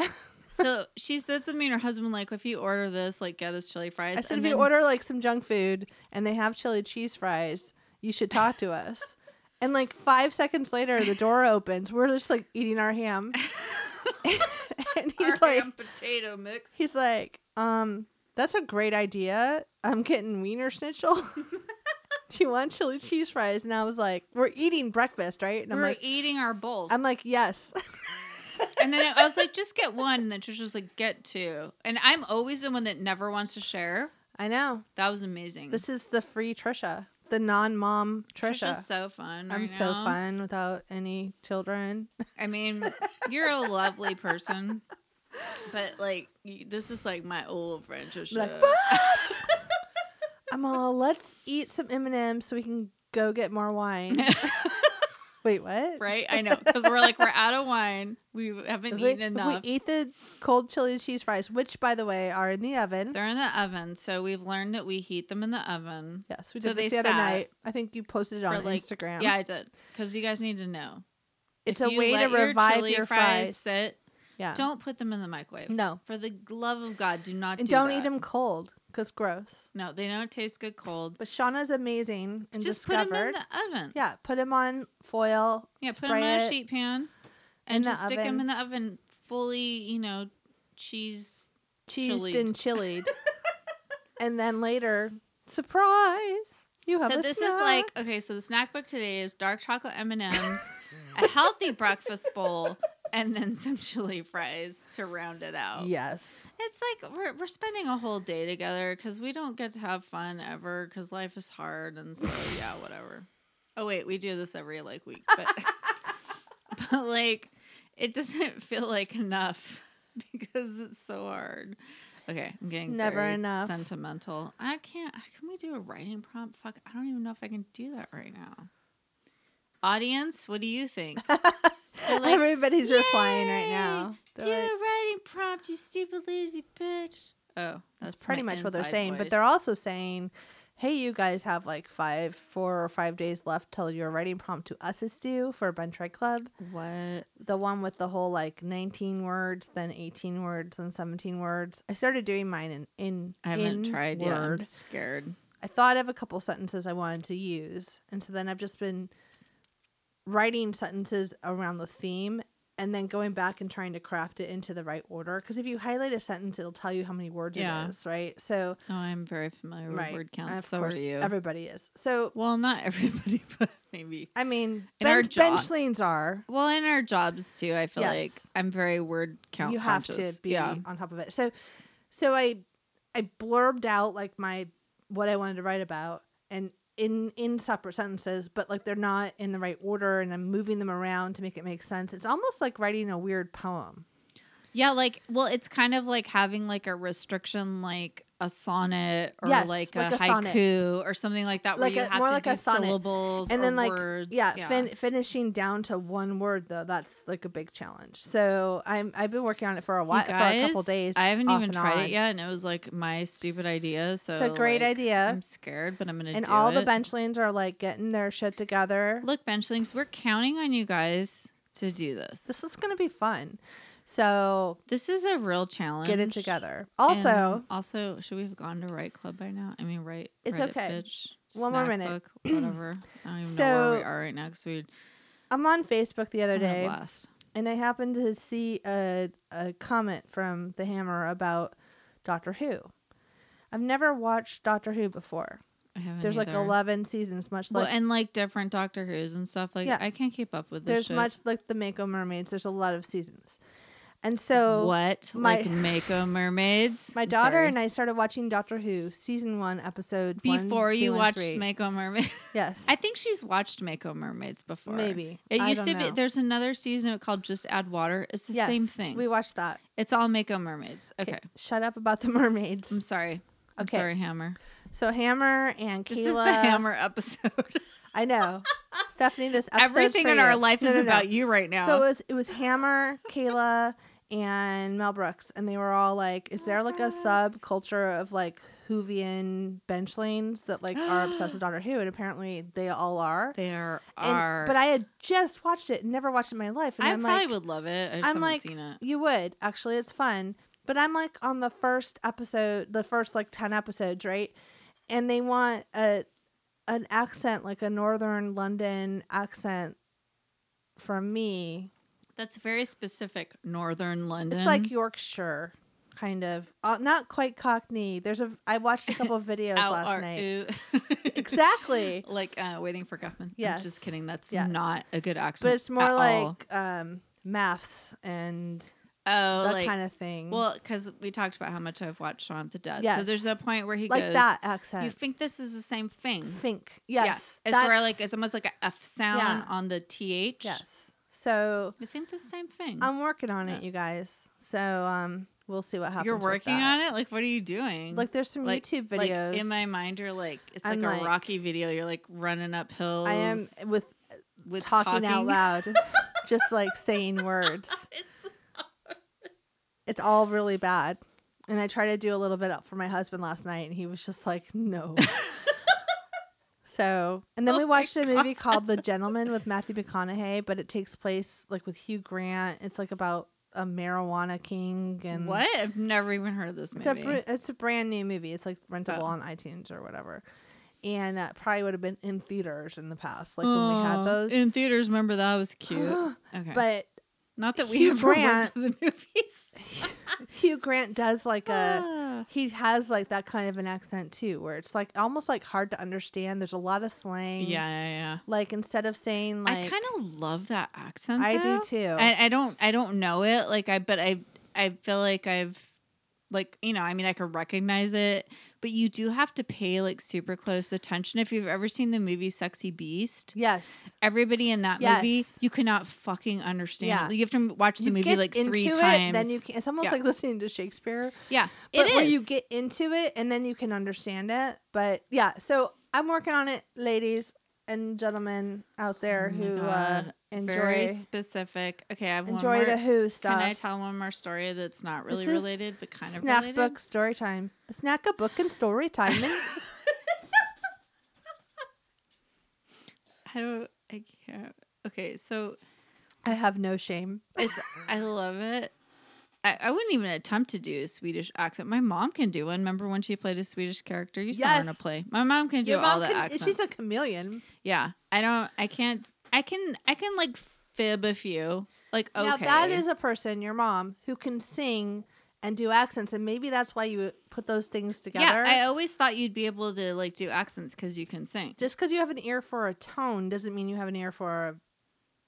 Speaker 2: So she said something to her husband like, if you order this, like get us chili fries.
Speaker 3: I said
Speaker 2: and
Speaker 3: if you
Speaker 2: then-
Speaker 3: order like some junk food and they have chili cheese fries, you should talk to us. and like five seconds later, the door opens. We're just like eating our ham. and
Speaker 2: our
Speaker 3: he's like,
Speaker 2: ham potato mix.
Speaker 3: He's like, um, that's a great idea. I'm getting wiener schnitzel. Do you want chili cheese fries? And I was like, we're eating breakfast, right? And I'm
Speaker 2: We're
Speaker 3: like,
Speaker 2: eating our bowls.
Speaker 3: I'm like, yes.
Speaker 2: and then I was like, just get one. And then Trisha was like, get two. And I'm always the one that never wants to share.
Speaker 3: I know.
Speaker 2: That was amazing.
Speaker 3: This is the free Trisha, the non-mom Trisha.
Speaker 2: Trisha's so fun.
Speaker 3: I'm
Speaker 2: right
Speaker 3: so
Speaker 2: now.
Speaker 3: fun without any children.
Speaker 2: I mean, you're a lovely person, but like, y- this is like my old friend Trisha.
Speaker 3: like, I'm all, let's eat some M&Ms so we can go get more wine. Wait, what?
Speaker 2: right? I know because we're like we're out of wine. We haven't
Speaker 3: If we,
Speaker 2: eaten
Speaker 3: if we
Speaker 2: enough.
Speaker 3: eat the cold chili cheese fries, which by the way are in the oven.
Speaker 2: They're in the oven, so we've learned that we heat them in the oven.
Speaker 3: Yes, we
Speaker 2: So
Speaker 3: did
Speaker 2: they
Speaker 3: this the other
Speaker 2: sat
Speaker 3: night. I think you posted it
Speaker 2: for,
Speaker 3: on
Speaker 2: like-
Speaker 3: Instagram.
Speaker 2: Yeah, I did because you guys need to know.
Speaker 3: it's
Speaker 2: If
Speaker 3: a
Speaker 2: you
Speaker 3: way to
Speaker 2: let your
Speaker 3: revive
Speaker 2: chili
Speaker 3: your fries.
Speaker 2: Sit.
Speaker 3: Yeah,
Speaker 2: Don't put them in the microwave.
Speaker 3: no,
Speaker 2: For the love of God, do not
Speaker 3: and
Speaker 2: do
Speaker 3: don't
Speaker 2: that.
Speaker 3: eat them cold because gross.
Speaker 2: No, they don't taste good cold.
Speaker 3: But Shauna's amazing and
Speaker 2: Just put
Speaker 3: discovered.
Speaker 2: them in the oven.
Speaker 3: yeah, put them on foil.
Speaker 2: Yeah, put them
Speaker 3: spray
Speaker 2: on a
Speaker 3: it.
Speaker 2: sheet pan and
Speaker 3: the
Speaker 2: just stick them
Speaker 3: oven.
Speaker 2: in the oven fully, you know, cheese.
Speaker 3: cheesed
Speaker 2: Chilied.
Speaker 3: and chilied. and then later, surprise! You have
Speaker 2: So
Speaker 3: a
Speaker 2: this
Speaker 3: snack.
Speaker 2: is like okay, so the snack book today is dark chocolate M&Ms, a healthy breakfast bowl, and then some chili fries to round it out.
Speaker 3: yes,
Speaker 2: It's like we're, we're spending a whole day together because we don't get to have fun ever because life is hard. And so, yeah, whatever. Oh, wait, we do this every like week, but, but like it doesn't feel like enough because it's so hard. Okay, I'm getting
Speaker 3: Never
Speaker 2: very
Speaker 3: enough.
Speaker 2: sentimental. I can't. Can we do a writing prompt? Fuck, I don't even know if I can do that right now. Audience, what do you think? They're like,
Speaker 3: everybody's replying right
Speaker 2: "Yay!
Speaker 3: now. They're
Speaker 2: do
Speaker 3: like-
Speaker 2: a writing prompt, you stupid lazy bitch. Oh,
Speaker 3: that's
Speaker 2: that's
Speaker 3: pretty
Speaker 2: my
Speaker 3: much what they're
Speaker 2: inside
Speaker 3: saying. But
Speaker 2: voice.
Speaker 3: they're also saying, "Hey, you guys have like five, four or five days left till your writing prompt to us is due for Bench Ride Club."
Speaker 2: what?
Speaker 3: the one with the whole like 19 words then 18 words then 17 words i started doing mine in in
Speaker 2: I haven't
Speaker 3: in
Speaker 2: tried yet. I'm
Speaker 3: word.
Speaker 2: scared.
Speaker 3: i thought of a couple sentences i wanted to use and so then i've just been writing sentences around the theme and then going back and trying to craft it into the right order because if you highlight a sentence it'll tell you how many words
Speaker 2: Yeah.
Speaker 3: it is right so
Speaker 2: No, Oh, I'm very familiar with
Speaker 3: right
Speaker 2: word
Speaker 3: and
Speaker 2: counts.
Speaker 3: of
Speaker 2: So
Speaker 3: course,
Speaker 2: are you.
Speaker 3: everybody is so
Speaker 2: well, not everybody, but maybe.
Speaker 3: i mean
Speaker 2: In our
Speaker 3: bench, bench
Speaker 2: job-
Speaker 3: leans are
Speaker 2: Well, in our jobs too, I feel
Speaker 3: Yes.
Speaker 2: like I'm very word count
Speaker 3: you have
Speaker 2: conscious.
Speaker 3: to be
Speaker 2: yeah.
Speaker 3: on top of it. So, so I, I blurbed out like my what I wanted to write about, and in in separate sentences, but like they're not in the right order, and I'm moving them around to make it make sense. It's almost like writing a weird poem.
Speaker 2: Yeah, like well, it's kind of like having like a restriction, like a sonnet or
Speaker 3: Yes,
Speaker 2: like,
Speaker 3: like
Speaker 2: a,
Speaker 3: a sonnet.
Speaker 2: haiku or something like that, where
Speaker 3: Like
Speaker 2: you
Speaker 3: a-
Speaker 2: have
Speaker 3: more
Speaker 2: to
Speaker 3: like
Speaker 2: do
Speaker 3: a sonnet.
Speaker 2: syllables
Speaker 3: and
Speaker 2: or
Speaker 3: then like
Speaker 2: words.
Speaker 3: yeah, Fin- finishing down to one word though that's like a big challenge so i'm i've been working on it for a
Speaker 2: You
Speaker 3: while for a couple
Speaker 2: guys,
Speaker 3: days
Speaker 2: I haven't
Speaker 3: off
Speaker 2: even
Speaker 3: and
Speaker 2: tried
Speaker 3: on.
Speaker 2: it yet, and it was like my stupid idea. So
Speaker 3: a great
Speaker 2: like,
Speaker 3: idea.
Speaker 2: I'm scared, but I'm gonna.
Speaker 3: and
Speaker 2: do
Speaker 3: all the
Speaker 2: it.
Speaker 3: benchlings are like getting their shit together
Speaker 2: Look, benchlings, we're counting on you guys to do this.
Speaker 3: this is gonna be fun so
Speaker 2: This is a real challenge.
Speaker 3: get it together. Also,
Speaker 2: And also, should we have gone to Right Club by now? I mean, Right.
Speaker 3: It's
Speaker 2: Write It,
Speaker 3: okay.
Speaker 2: bitch,
Speaker 3: One more
Speaker 2: Snack
Speaker 3: minute.
Speaker 2: Book, whatever. I don't even know where we
Speaker 3: So-
Speaker 2: are right now because we
Speaker 3: I'm on Facebook the other
Speaker 2: had a
Speaker 3: day,
Speaker 2: blast.
Speaker 3: and I happened to see a a comment from the Hammer about Doctor Who. I've never watched Doctor Who before.
Speaker 2: I haven't.
Speaker 3: There's like
Speaker 2: either.
Speaker 3: 11 seasons, much
Speaker 2: Well,
Speaker 3: like
Speaker 2: and like different Doctor Who's and stuff. Like,
Speaker 3: Yeah.
Speaker 2: I can't keep up with this.
Speaker 3: there's
Speaker 2: shit.
Speaker 3: much like the Mako Mermaids. There's a lot of seasons, and so
Speaker 2: what
Speaker 3: my-
Speaker 2: like Mako mermaids.
Speaker 3: my
Speaker 2: I'm
Speaker 3: daughter
Speaker 2: sorry.
Speaker 3: and I started watching Doctor Who season one, episode one,
Speaker 2: before
Speaker 3: two,
Speaker 2: you
Speaker 3: and
Speaker 2: watched
Speaker 3: three.
Speaker 2: Mako Mermaid.
Speaker 3: Yes,
Speaker 2: I think she's watched Mako Mermaids before.
Speaker 3: Maybe.
Speaker 2: It
Speaker 3: I
Speaker 2: used to
Speaker 3: don't
Speaker 2: be
Speaker 3: know.
Speaker 2: there's another season of it called Just Add Water. It's the
Speaker 3: Yes,
Speaker 2: same thing.
Speaker 3: We watched that.
Speaker 2: it's all Mako Mermaids. Okay. Mm.
Speaker 3: Shut up about the mermaids.
Speaker 2: I'm sorry. I'm
Speaker 3: Okay.
Speaker 2: sorry, Hammer.
Speaker 3: So Hammer and Kayla.
Speaker 2: This is the Hammer episode.
Speaker 3: I know. Stephanie, this episode's
Speaker 2: Everything
Speaker 3: for
Speaker 2: in
Speaker 3: you.
Speaker 2: our life
Speaker 3: No,
Speaker 2: is
Speaker 3: no, no.
Speaker 2: about you right now.
Speaker 3: So it was it was Hammer, Kayla, and Mel Brooks, and they were all like, "Is there like a subculture of like Whovian benchlings that like are obsessed with Doctor Who?" And apparently they all are.
Speaker 2: there
Speaker 3: And-
Speaker 2: are.
Speaker 3: but I had just watched it, never watched it in my life, and
Speaker 2: I
Speaker 3: am
Speaker 2: probably
Speaker 3: like,
Speaker 2: would love it. I just
Speaker 3: I'm
Speaker 2: haven't
Speaker 3: like,
Speaker 2: seen it.
Speaker 3: you would actually. It's fun, but I'm like on the first episode, the first like ten episodes, right? And they want a an accent like a northern London accent from me.
Speaker 2: That's very specific. Northern London.
Speaker 3: It's like Yorkshire, kind of uh, not quite Cockney. There's a I watched a couple of videos
Speaker 2: Ow,
Speaker 3: last
Speaker 2: ar,
Speaker 3: night.
Speaker 2: ooh.
Speaker 3: Exactly,
Speaker 2: like uh, waiting for Guffman. Yeah.
Speaker 3: Yes.
Speaker 2: I'm just kidding. That's
Speaker 3: Yes.
Speaker 2: not a good accent.
Speaker 3: but it's more
Speaker 2: at all.
Speaker 3: like um, maths and
Speaker 2: oh,
Speaker 3: that
Speaker 2: like
Speaker 3: kind of thing.
Speaker 2: Well, because we talked about how much I've watched Shaun of the Dead. So
Speaker 3: Yes.
Speaker 2: there's a point where he
Speaker 3: like
Speaker 2: goes,
Speaker 3: that
Speaker 2: You
Speaker 3: accent.
Speaker 2: think this is the same thing?
Speaker 3: think yes,
Speaker 2: Yeah. It's
Speaker 3: that's-
Speaker 2: where like it's almost like a F sound
Speaker 3: Yeah.
Speaker 2: on the th.
Speaker 3: yes. So
Speaker 2: You think the same thing?
Speaker 3: I'm working on it, you guys. So um, we'll see what happens.
Speaker 2: You're working on it. Like, what are you doing?
Speaker 3: Like there's some YouTube
Speaker 2: like,
Speaker 3: videos.
Speaker 2: in my mind, you're like it's like
Speaker 3: I'm
Speaker 2: a
Speaker 3: like-
Speaker 2: Rocky video. You're like running up hills.
Speaker 3: I am with
Speaker 2: with
Speaker 3: talking, out loud, just like saying words. It's all really bad. And I tried to do a little bit up for my husband last night, and he was just like, "No." so, and
Speaker 2: Oh
Speaker 3: then we watched a movie called The Gentleman with Matthew McConaughey, but it takes place like with Hugh Grant. It's like about a marijuana king and
Speaker 2: What? I've never even heard of this
Speaker 3: It's a,
Speaker 2: movie.
Speaker 3: br- it's a brand new movie. It's like rentable
Speaker 2: Oh.
Speaker 3: on iTunes or whatever. And uh, probably would have been in theaters in the past, like when we had
Speaker 2: Aw,
Speaker 3: those.
Speaker 2: Oh, in theaters. Remember that was cute. okay,
Speaker 3: but
Speaker 2: not that we
Speaker 3: Hugh
Speaker 2: ever went
Speaker 3: Grant-
Speaker 2: to the movies.
Speaker 3: Hugh Grant does like a
Speaker 2: Ah.
Speaker 3: he has like that kind of an accent too, where it's like almost like hard to understand. There's a lot of slang.
Speaker 2: yeah, yeah, yeah.
Speaker 3: Like instead of saying like
Speaker 2: I kind of love that accent.
Speaker 3: I do
Speaker 2: though.
Speaker 3: too.
Speaker 2: I, I don't. I don't know it. Like I, but I. I feel like I've, like you know. I mean, I could recognize it, but you do have to pay like super close attention. If you've ever seen the movie Sexy Beast,
Speaker 3: yes.
Speaker 2: everybody in that
Speaker 3: Yes.
Speaker 2: movie, you cannot fucking understand.
Speaker 3: Yeah.
Speaker 2: You have to watch the
Speaker 3: You
Speaker 2: movie
Speaker 3: get
Speaker 2: like three
Speaker 3: into
Speaker 2: times.
Speaker 3: It, then you can. It's almost
Speaker 2: Yeah.
Speaker 3: like listening to Shakespeare.
Speaker 2: yeah,
Speaker 3: But
Speaker 2: it is.
Speaker 3: where you get into it and then you can understand it. But yeah, so I'm working on it, ladies and gentlemen out there
Speaker 2: Oh my
Speaker 3: who uh,
Speaker 2: God. very
Speaker 3: enjoy
Speaker 2: specific. Okay, I have one
Speaker 3: enjoy
Speaker 2: more.
Speaker 3: the Who stuff.
Speaker 2: Can I tell one more story that's not really
Speaker 3: is
Speaker 2: related, but kind of
Speaker 3: snack
Speaker 2: related?
Speaker 3: book story time. Snack a book and story time. And
Speaker 2: I don't. I can't. Okay, so
Speaker 3: I have no shame.
Speaker 2: it's. I love it. I, I wouldn't even attempt to do a Swedish accent. My mom can do one. Remember when she played a Swedish character? You saw her in a
Speaker 3: Yes.
Speaker 2: play. My mom can do all the
Speaker 3: can,
Speaker 2: accents.
Speaker 3: she's a chameleon.
Speaker 2: Yeah, I don't. I can't. I can. I can like fib a few. Like okay.
Speaker 3: Now that is a person, your mom, who can sing and do accents, and maybe that's why you put those things
Speaker 2: yeah.
Speaker 3: together.
Speaker 2: I always thought you'd be able to like do accents because you can sing.
Speaker 3: Just because you have an ear for a tone doesn't mean you have an ear for a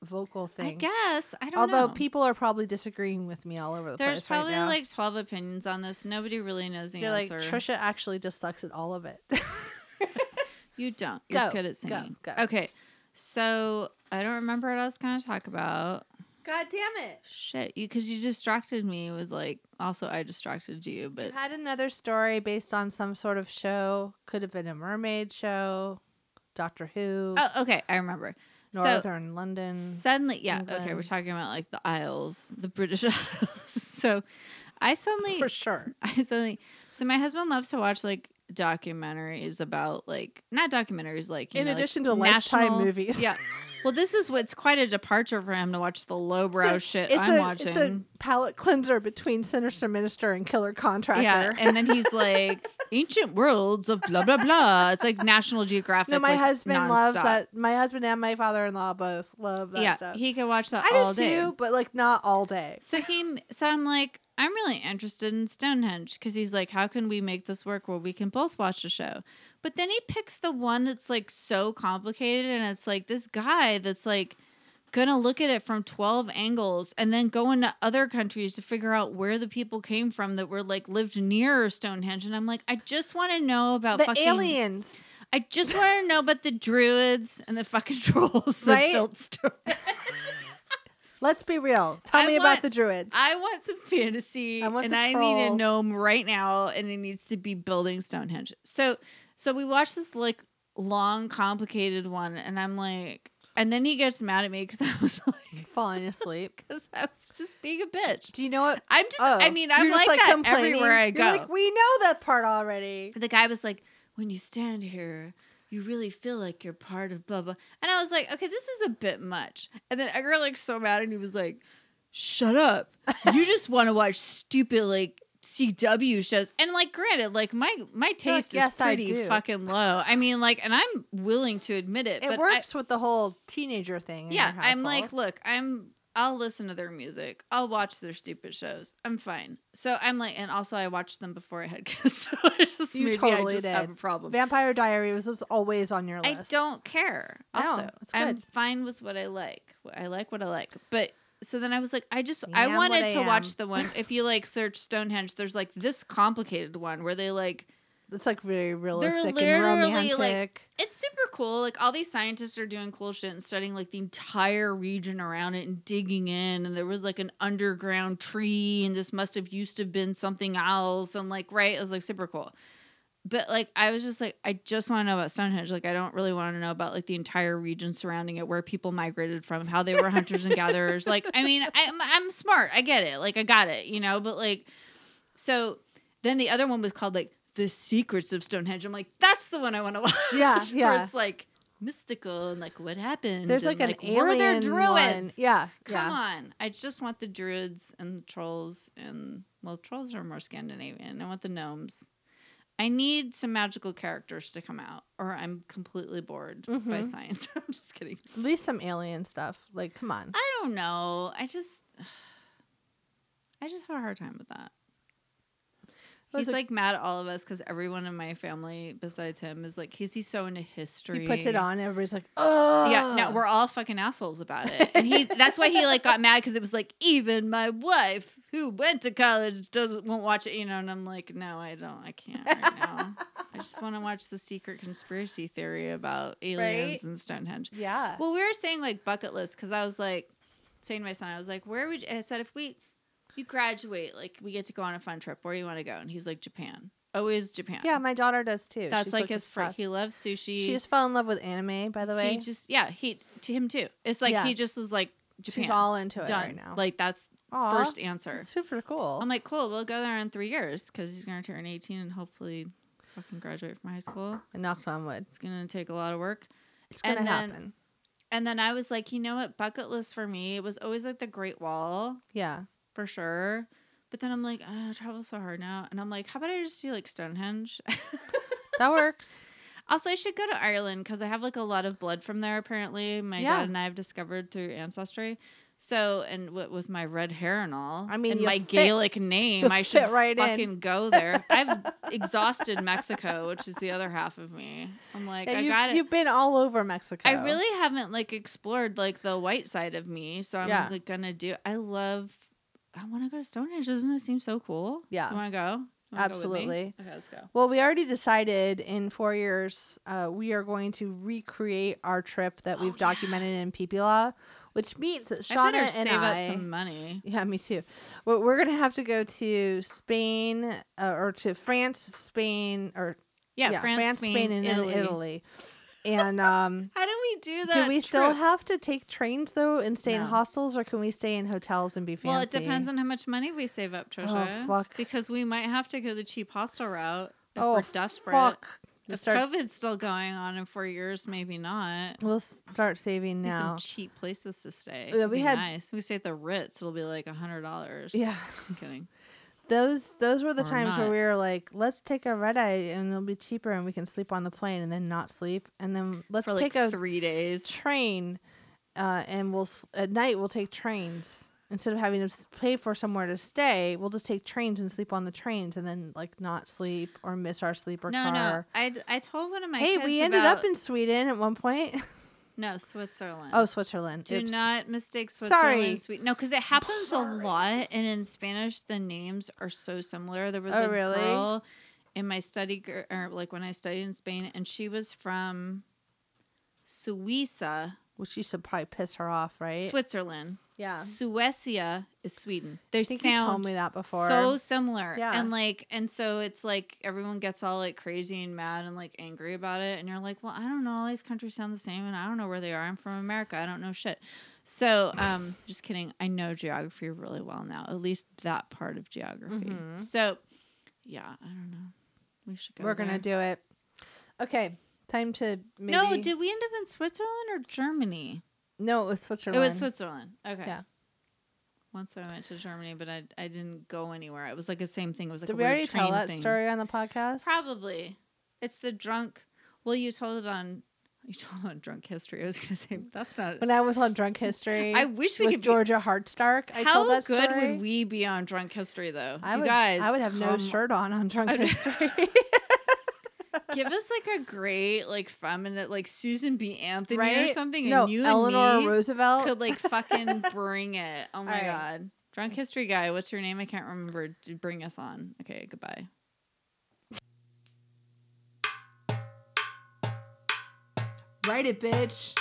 Speaker 3: vocal thing.
Speaker 2: I guess I don't know.
Speaker 3: Although people are probably disagreeing with me all over the
Speaker 2: there's
Speaker 3: place.
Speaker 2: probably
Speaker 3: right now.
Speaker 2: like twelve opinions on this. Nobody really knows the
Speaker 3: you're like
Speaker 2: answer.
Speaker 3: Trisha actually just sucks at all of it.
Speaker 2: you don't. You're
Speaker 3: Go,
Speaker 2: good at
Speaker 3: go,
Speaker 2: singing.
Speaker 3: go.
Speaker 2: Okay, so I don't remember what I was gonna talk about.
Speaker 3: God damn it!
Speaker 2: Shit, you because you distracted me with like. Also, I distracted you, but
Speaker 3: Had another story based on some sort of show. Could have been a mermaid show, Doctor Who,
Speaker 2: oh, okay, I remember. So
Speaker 3: Northern London.
Speaker 2: Suddenly, yeah, okay, we're
Speaker 3: England.
Speaker 2: talking about like the Isles, the British Isles. so I suddenly,
Speaker 3: for sure.
Speaker 2: I suddenly, so my husband loves to watch like documentaries about like, not documentaries, like, you
Speaker 3: In
Speaker 2: know, like,
Speaker 3: addition to Lifetime movies.
Speaker 2: Yeah. Well, this is what's quite a departure for him to watch the lowbrow shit
Speaker 3: it's
Speaker 2: I'm
Speaker 3: a,
Speaker 2: watching.
Speaker 3: It's a palate cleanser between Sinister Minister and Killer Contractor.
Speaker 2: yeah, and then he's like ancient worlds of blah blah blah. It's like National Geographic.
Speaker 3: no, my
Speaker 2: like,
Speaker 3: husband loves
Speaker 2: nonstop.
Speaker 3: that. My husband and my father-in-law both love that
Speaker 2: yeah,
Speaker 3: stuff.
Speaker 2: he could watch that
Speaker 3: I
Speaker 2: all
Speaker 3: do
Speaker 2: day.
Speaker 3: too, but like not all day.
Speaker 2: So he, so I'm like, I'm really interested in Stonehenge because he's like, how can we make this work where we can both watch the show? But then he picks the one that's like so complicated, and it's like this guy that's like gonna look at it from 12 angles and then go into other countries to figure out where the people came from that were like lived near Stonehenge. And I'm like, I just want to know about
Speaker 3: the
Speaker 2: fucking
Speaker 3: aliens.
Speaker 2: I just want to know about the druids and the fucking trolls that
Speaker 3: Right?
Speaker 2: built Stonehenge.
Speaker 3: Let's be real. Tell
Speaker 2: I
Speaker 3: me
Speaker 2: want-
Speaker 3: about the druids.
Speaker 2: I want some fantasy,
Speaker 3: I want
Speaker 2: and
Speaker 3: the
Speaker 2: I need a
Speaker 3: trolls.
Speaker 2: gnome right now, and it needs to be building Stonehenge. So, so we watched this like long, complicated one, and I'm like, and then he gets mad at me because I was like,
Speaker 3: falling asleep.
Speaker 2: because I was just being a bitch.
Speaker 3: Do you know what?
Speaker 2: I'm just,
Speaker 3: Oh,
Speaker 2: I mean,
Speaker 3: you're
Speaker 2: I'm
Speaker 3: just,
Speaker 2: like, that
Speaker 3: complaining.
Speaker 2: everywhere I
Speaker 3: You're
Speaker 2: go.
Speaker 3: like, we know that part already.
Speaker 2: the guy was like, when you stand here. You really feel like you're part of blah blah, and I was like, okay, this is a bit much. And then Edgar like so mad, and he was like, shut up. You just want to watch stupid like CW shows. And like granted, like my my taste
Speaker 3: yes,
Speaker 2: is
Speaker 3: I
Speaker 2: pretty
Speaker 3: do.
Speaker 2: fucking low. I mean like and I'm willing to admit it,
Speaker 3: It
Speaker 2: but
Speaker 3: works with the whole teenager
Speaker 2: I,
Speaker 3: thing. in
Speaker 2: yeah,
Speaker 3: your
Speaker 2: I'm like,
Speaker 3: household.
Speaker 2: look, I'm I'll listen to their music. I'll watch their stupid shows. I'm fine. So I'm like and also I watched them before I had kids. So it's just
Speaker 3: You
Speaker 2: maybe
Speaker 3: totally
Speaker 2: I just
Speaker 3: did.
Speaker 2: have a problem.
Speaker 3: Vampire Diary was just always on your
Speaker 2: I
Speaker 3: list.
Speaker 2: don't care.
Speaker 3: No,
Speaker 2: Also,
Speaker 3: it's
Speaker 2: I'm
Speaker 3: good.
Speaker 2: fine with what I like. I like what I like. But so then I was like, I just
Speaker 3: Am
Speaker 2: I
Speaker 3: what
Speaker 2: wanted
Speaker 3: I
Speaker 2: to
Speaker 3: am.
Speaker 2: watch the one. If you like search Stonehenge, there's like this complicated one where they like
Speaker 3: It's like very realistic and
Speaker 2: literally,
Speaker 3: romantic.
Speaker 2: like, it's super cool. Like all these scientists are doing cool shit and studying like the entire region around it and digging in. And there was like an underground tree, and this must have used to have been something else. And like, right, it was like super cool. But like, I was just like, I just want to know about Stonehenge. Like, I don't really want to know about like the entire region surrounding it, where people migrated from, how they were hunters and gatherers. Like, I mean, I'm I'm smart. I get it. Like, I got it. You know. But like, so then the other one was called like The Secrets of Stonehenge. I'm like, that's the one I want to watch.
Speaker 3: Yeah,
Speaker 2: Where
Speaker 3: yeah.
Speaker 2: it's like mystical and like what happened.
Speaker 3: There's
Speaker 2: and,
Speaker 3: like an alien
Speaker 2: were there
Speaker 3: One.
Speaker 2: druids?
Speaker 3: Yeah,
Speaker 2: Come
Speaker 3: yeah.
Speaker 2: on. I just want the druids and the trolls and well, trolls are more Scandinavian. I want the gnomes. I need some magical characters to come out, or I'm completely bored
Speaker 3: Mm-hmm.
Speaker 2: by science. I'm just kidding.
Speaker 3: At least some alien stuff. Like, come on.
Speaker 2: I don't know. I just, I just have a hard time with that.
Speaker 3: Well,
Speaker 2: He's
Speaker 3: it's
Speaker 2: like mad at all of us because everyone in my family besides him is like, he's he's so into history.
Speaker 3: He puts it on. Everybody's like, oh.
Speaker 2: Yeah, no, we're all fucking assholes about it. And he that's why he like got mad because it was like even my wife who went to college doesn't won't watch it, you know, and I'm like, no, I don't I can't right now. I just want to watch the secret conspiracy theory about aliens
Speaker 3: Right?
Speaker 2: and Stonehenge.
Speaker 3: Yeah.
Speaker 2: Well, we were saying like bucket list because I was like saying to my son, I was like, where would you, I said if we you graduate, like we get to go on a fun trip, where do you want to go? And he's like, Japan. Always Japan.
Speaker 3: yeah, my daughter does too.
Speaker 2: That's
Speaker 3: She's
Speaker 2: like
Speaker 3: looked
Speaker 2: his friend.
Speaker 3: obsessed.
Speaker 2: He loves sushi.
Speaker 3: She just fell in love with anime, by the way.
Speaker 2: He just yeah, he to him too. It's like
Speaker 3: Yeah.
Speaker 2: he just is like Japan.
Speaker 3: She's all into it
Speaker 2: done.
Speaker 3: right now.
Speaker 2: Like that's
Speaker 3: Aw.
Speaker 2: first answer.
Speaker 3: super cool.
Speaker 2: I'm like, cool. We'll go there in three years because he's gonna turn 18 and hopefully fucking graduate from high school.
Speaker 3: I knocked on wood.
Speaker 2: It's gonna take a lot of work.
Speaker 3: It's gonna
Speaker 2: And then-
Speaker 3: happen.
Speaker 2: And then I was like, you know what? Bucket list for me it was always like the Great Wall
Speaker 3: Yeah.
Speaker 2: for sure. But then I'm like, oh, travel's so hard now. And I'm like, how about I just do like Stonehenge?
Speaker 3: That works.
Speaker 2: Also, I should go to Ireland because I have like a lot of blood from there. Apparently, my
Speaker 3: Yeah.
Speaker 2: dad and I have discovered through ancestry. So, and w- with my red hair and all,
Speaker 3: I mean,
Speaker 2: and
Speaker 3: you'll
Speaker 2: my
Speaker 3: fit-
Speaker 2: Gaelic name,
Speaker 3: you'll
Speaker 2: I should
Speaker 3: fit right in.
Speaker 2: fucking go there. I've exhausted Mexico, which is the other half of me. I'm like,
Speaker 3: Yeah,
Speaker 2: I
Speaker 3: you've,
Speaker 2: got it.
Speaker 3: you've been all over Mexico.
Speaker 2: I really haven't like explored like the white side of me, so I'm
Speaker 3: Yeah.
Speaker 2: like gonna do. I love. I want to go to Stonehenge. Doesn't it seem so cool?
Speaker 3: Yeah.
Speaker 2: you want to go? You wanna go with me?
Speaker 3: Absolutely.
Speaker 2: okay, let's go.
Speaker 3: Well, we already decided in four years uh, we are going to recreate our trip that we've documented in PP Law, which means that
Speaker 2: Oh, I
Speaker 3: Shauna
Speaker 2: better
Speaker 3: and
Speaker 2: save
Speaker 3: I.
Speaker 2: up some money.
Speaker 3: yeah, me too. Well, we're gonna have to go to Spain uh, or to France, Spain, or
Speaker 2: Yeah, France, Spain,
Speaker 3: and
Speaker 2: Italy.
Speaker 3: then Italy. And um,
Speaker 2: How do we do that?
Speaker 3: do we still
Speaker 2: trip?
Speaker 3: have to take trains though and stay in
Speaker 2: No.
Speaker 3: hostels, or can we stay in hotels and be fancy? Oh,
Speaker 2: Well, it depends on how much money we save up, Trisha.
Speaker 3: fuck.
Speaker 2: Because we might have to go the cheap hostel route if
Speaker 3: oh,
Speaker 2: we're desperate.
Speaker 3: fuck. We'll
Speaker 2: If
Speaker 3: start,
Speaker 2: COVID's still going on in four years, maybe not.
Speaker 3: we'll start saving
Speaker 2: Be
Speaker 3: now.
Speaker 2: Some cheap places to stay.
Speaker 3: Yeah,
Speaker 2: It'd
Speaker 3: we
Speaker 2: be
Speaker 3: had-
Speaker 2: nice. We stay at the Ritz. It'll be like a hundred dollars.
Speaker 3: Yeah.
Speaker 2: just kidding.
Speaker 3: Those those were the
Speaker 2: Or
Speaker 3: times where
Speaker 2: not.
Speaker 3: we were like, let's take a red eye and it'll be cheaper and we can sleep on the plane and then not sleep and then let's
Speaker 2: For like
Speaker 3: take a
Speaker 2: three days.
Speaker 3: train uh, and we'll s- at night we'll take trains instead of having to s- pay for somewhere to stay. We'll just take trains and sleep on the trains and then like not sleep or miss our sleeper
Speaker 2: No, no.
Speaker 3: car.
Speaker 2: I, I told one of my
Speaker 3: Hey,
Speaker 2: kids
Speaker 3: we ended up
Speaker 2: about-
Speaker 3: in Sweden at one point.
Speaker 2: no Switzerland.
Speaker 3: oh, Switzerland.
Speaker 2: Do
Speaker 3: Oops.
Speaker 2: not mistake
Speaker 3: Sorry.
Speaker 2: Switzerland and Sweden. No, because it happens a lot, and in Spanish the names are so similar. There was
Speaker 3: Oh,
Speaker 2: a
Speaker 3: really?
Speaker 2: girl in my study, gr- or like when I studied in Spain, and she was from Suiza,
Speaker 3: Which you should probably piss her off, right?
Speaker 2: Switzerland.
Speaker 3: yeah.
Speaker 2: Suecia is Sweden. They
Speaker 3: I think you told
Speaker 2: sound
Speaker 3: me that before.
Speaker 2: so similar.
Speaker 3: Yeah.
Speaker 2: And like and so it's like everyone gets all like crazy and mad and like angry about it and you're like, "Well, I don't know, all these countries sound the same and I don't know where they are. I'm from America. I don't know shit." So, um just kidding. I know geography really well now. At least that part of geography. So, yeah, I don't know. We should go.
Speaker 3: Mm-hmm. we're
Speaker 2: there.
Speaker 3: gonna do it. Okay, time to maybe...
Speaker 2: No, did we end up in Switzerland or Germany?
Speaker 3: No, it was Switzerland.
Speaker 2: It was Switzerland. Okay.
Speaker 3: Yeah.
Speaker 2: Once I went to Germany, but I I didn't go anywhere. It was like the same thing. It was like
Speaker 3: Did
Speaker 2: a
Speaker 3: we
Speaker 2: weird
Speaker 3: already tell
Speaker 2: train
Speaker 3: that
Speaker 2: thing.
Speaker 3: story on the podcast?
Speaker 2: Probably. It's the drunk. Well, you told it on. You told it on drunk history. I was gonna say but that's not.
Speaker 3: When I was on Drunk History,
Speaker 2: I wish we
Speaker 3: with
Speaker 2: could. Be,
Speaker 3: Georgia Hardstark. I told
Speaker 2: how
Speaker 3: that
Speaker 2: good
Speaker 3: story.
Speaker 2: would we be on drunk history though?
Speaker 3: I
Speaker 2: you
Speaker 3: would,
Speaker 2: guys,
Speaker 3: I would have no
Speaker 2: come-
Speaker 3: shirt on on Drunk History.
Speaker 2: Give us like a great like feminine like Susan B. Anthony
Speaker 3: right?
Speaker 2: or something,
Speaker 3: No,
Speaker 2: and you
Speaker 3: Eleanor
Speaker 2: and me
Speaker 3: Roosevelt.
Speaker 2: could like fucking bring it. Oh my
Speaker 3: All right.
Speaker 2: god. Drunk history guy, what's your name? I can't remember. D- Bring us on. Okay, goodbye.
Speaker 3: Write it, bitch.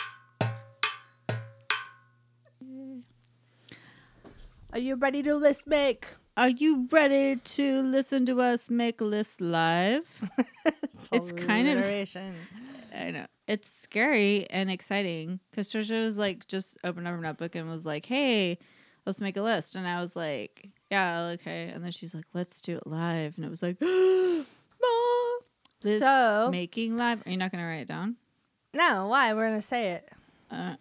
Speaker 3: Are you ready to list make?
Speaker 2: Are you ready to listen to us make a list live? It's kind of-
Speaker 3: Alliteration.
Speaker 2: I know. It's scary and exciting because Trisha was like, just opened up her notebook and was like, hey, let's make a list. And I was like, yeah, okay. And then she's like, let's do it live. And it was like, Mom, list
Speaker 3: So-
Speaker 2: making live. Are you not going to write it down?
Speaker 3: No, why? We're gonna say it.
Speaker 2: Uh,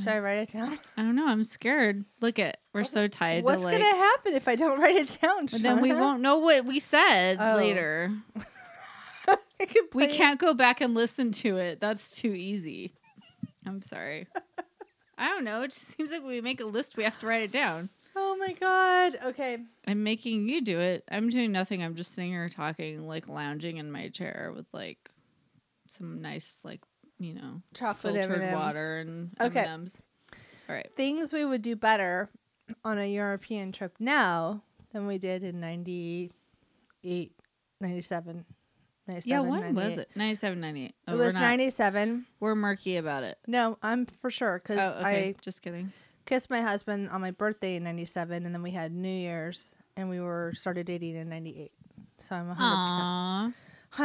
Speaker 3: Should I write it down?
Speaker 2: I don't know. I'm scared. Look at we're so tied
Speaker 3: What's
Speaker 2: to like.
Speaker 3: gonna happen if I don't write it down?
Speaker 2: but then we
Speaker 3: Shauna?
Speaker 2: won't know what we said
Speaker 3: Oh.
Speaker 2: later.
Speaker 3: I can
Speaker 2: We
Speaker 3: play it.
Speaker 2: can't go back and listen to it. That's too easy. I'm sorry. I don't know. It just seems like we make a list. We have to write it down.
Speaker 3: Oh my god. Okay.
Speaker 2: I'm making you do it. I'm doing nothing. I'm just sitting here talking, like lounging in my chair with like some nice, like you know,
Speaker 3: Chocolate
Speaker 2: filtered
Speaker 3: M&Ms.
Speaker 2: water and
Speaker 3: Okay.
Speaker 2: M&Ms. All right.
Speaker 3: Things we would do better on a European trip now than we did in 98, 97. 97
Speaker 2: Yeah, when was
Speaker 3: 98.
Speaker 2: it? 97, 98. Oh,
Speaker 3: it
Speaker 2: we're
Speaker 3: was
Speaker 2: not-
Speaker 3: 97.
Speaker 2: We're murky about it.
Speaker 3: No, I'm for sure because
Speaker 2: Oh, okay.
Speaker 3: I
Speaker 2: Just kidding.
Speaker 3: kissed my husband on my birthday in 97 and then we had New Year's and we were started dating in 98. So I'm
Speaker 2: Aww.
Speaker 3: 100%.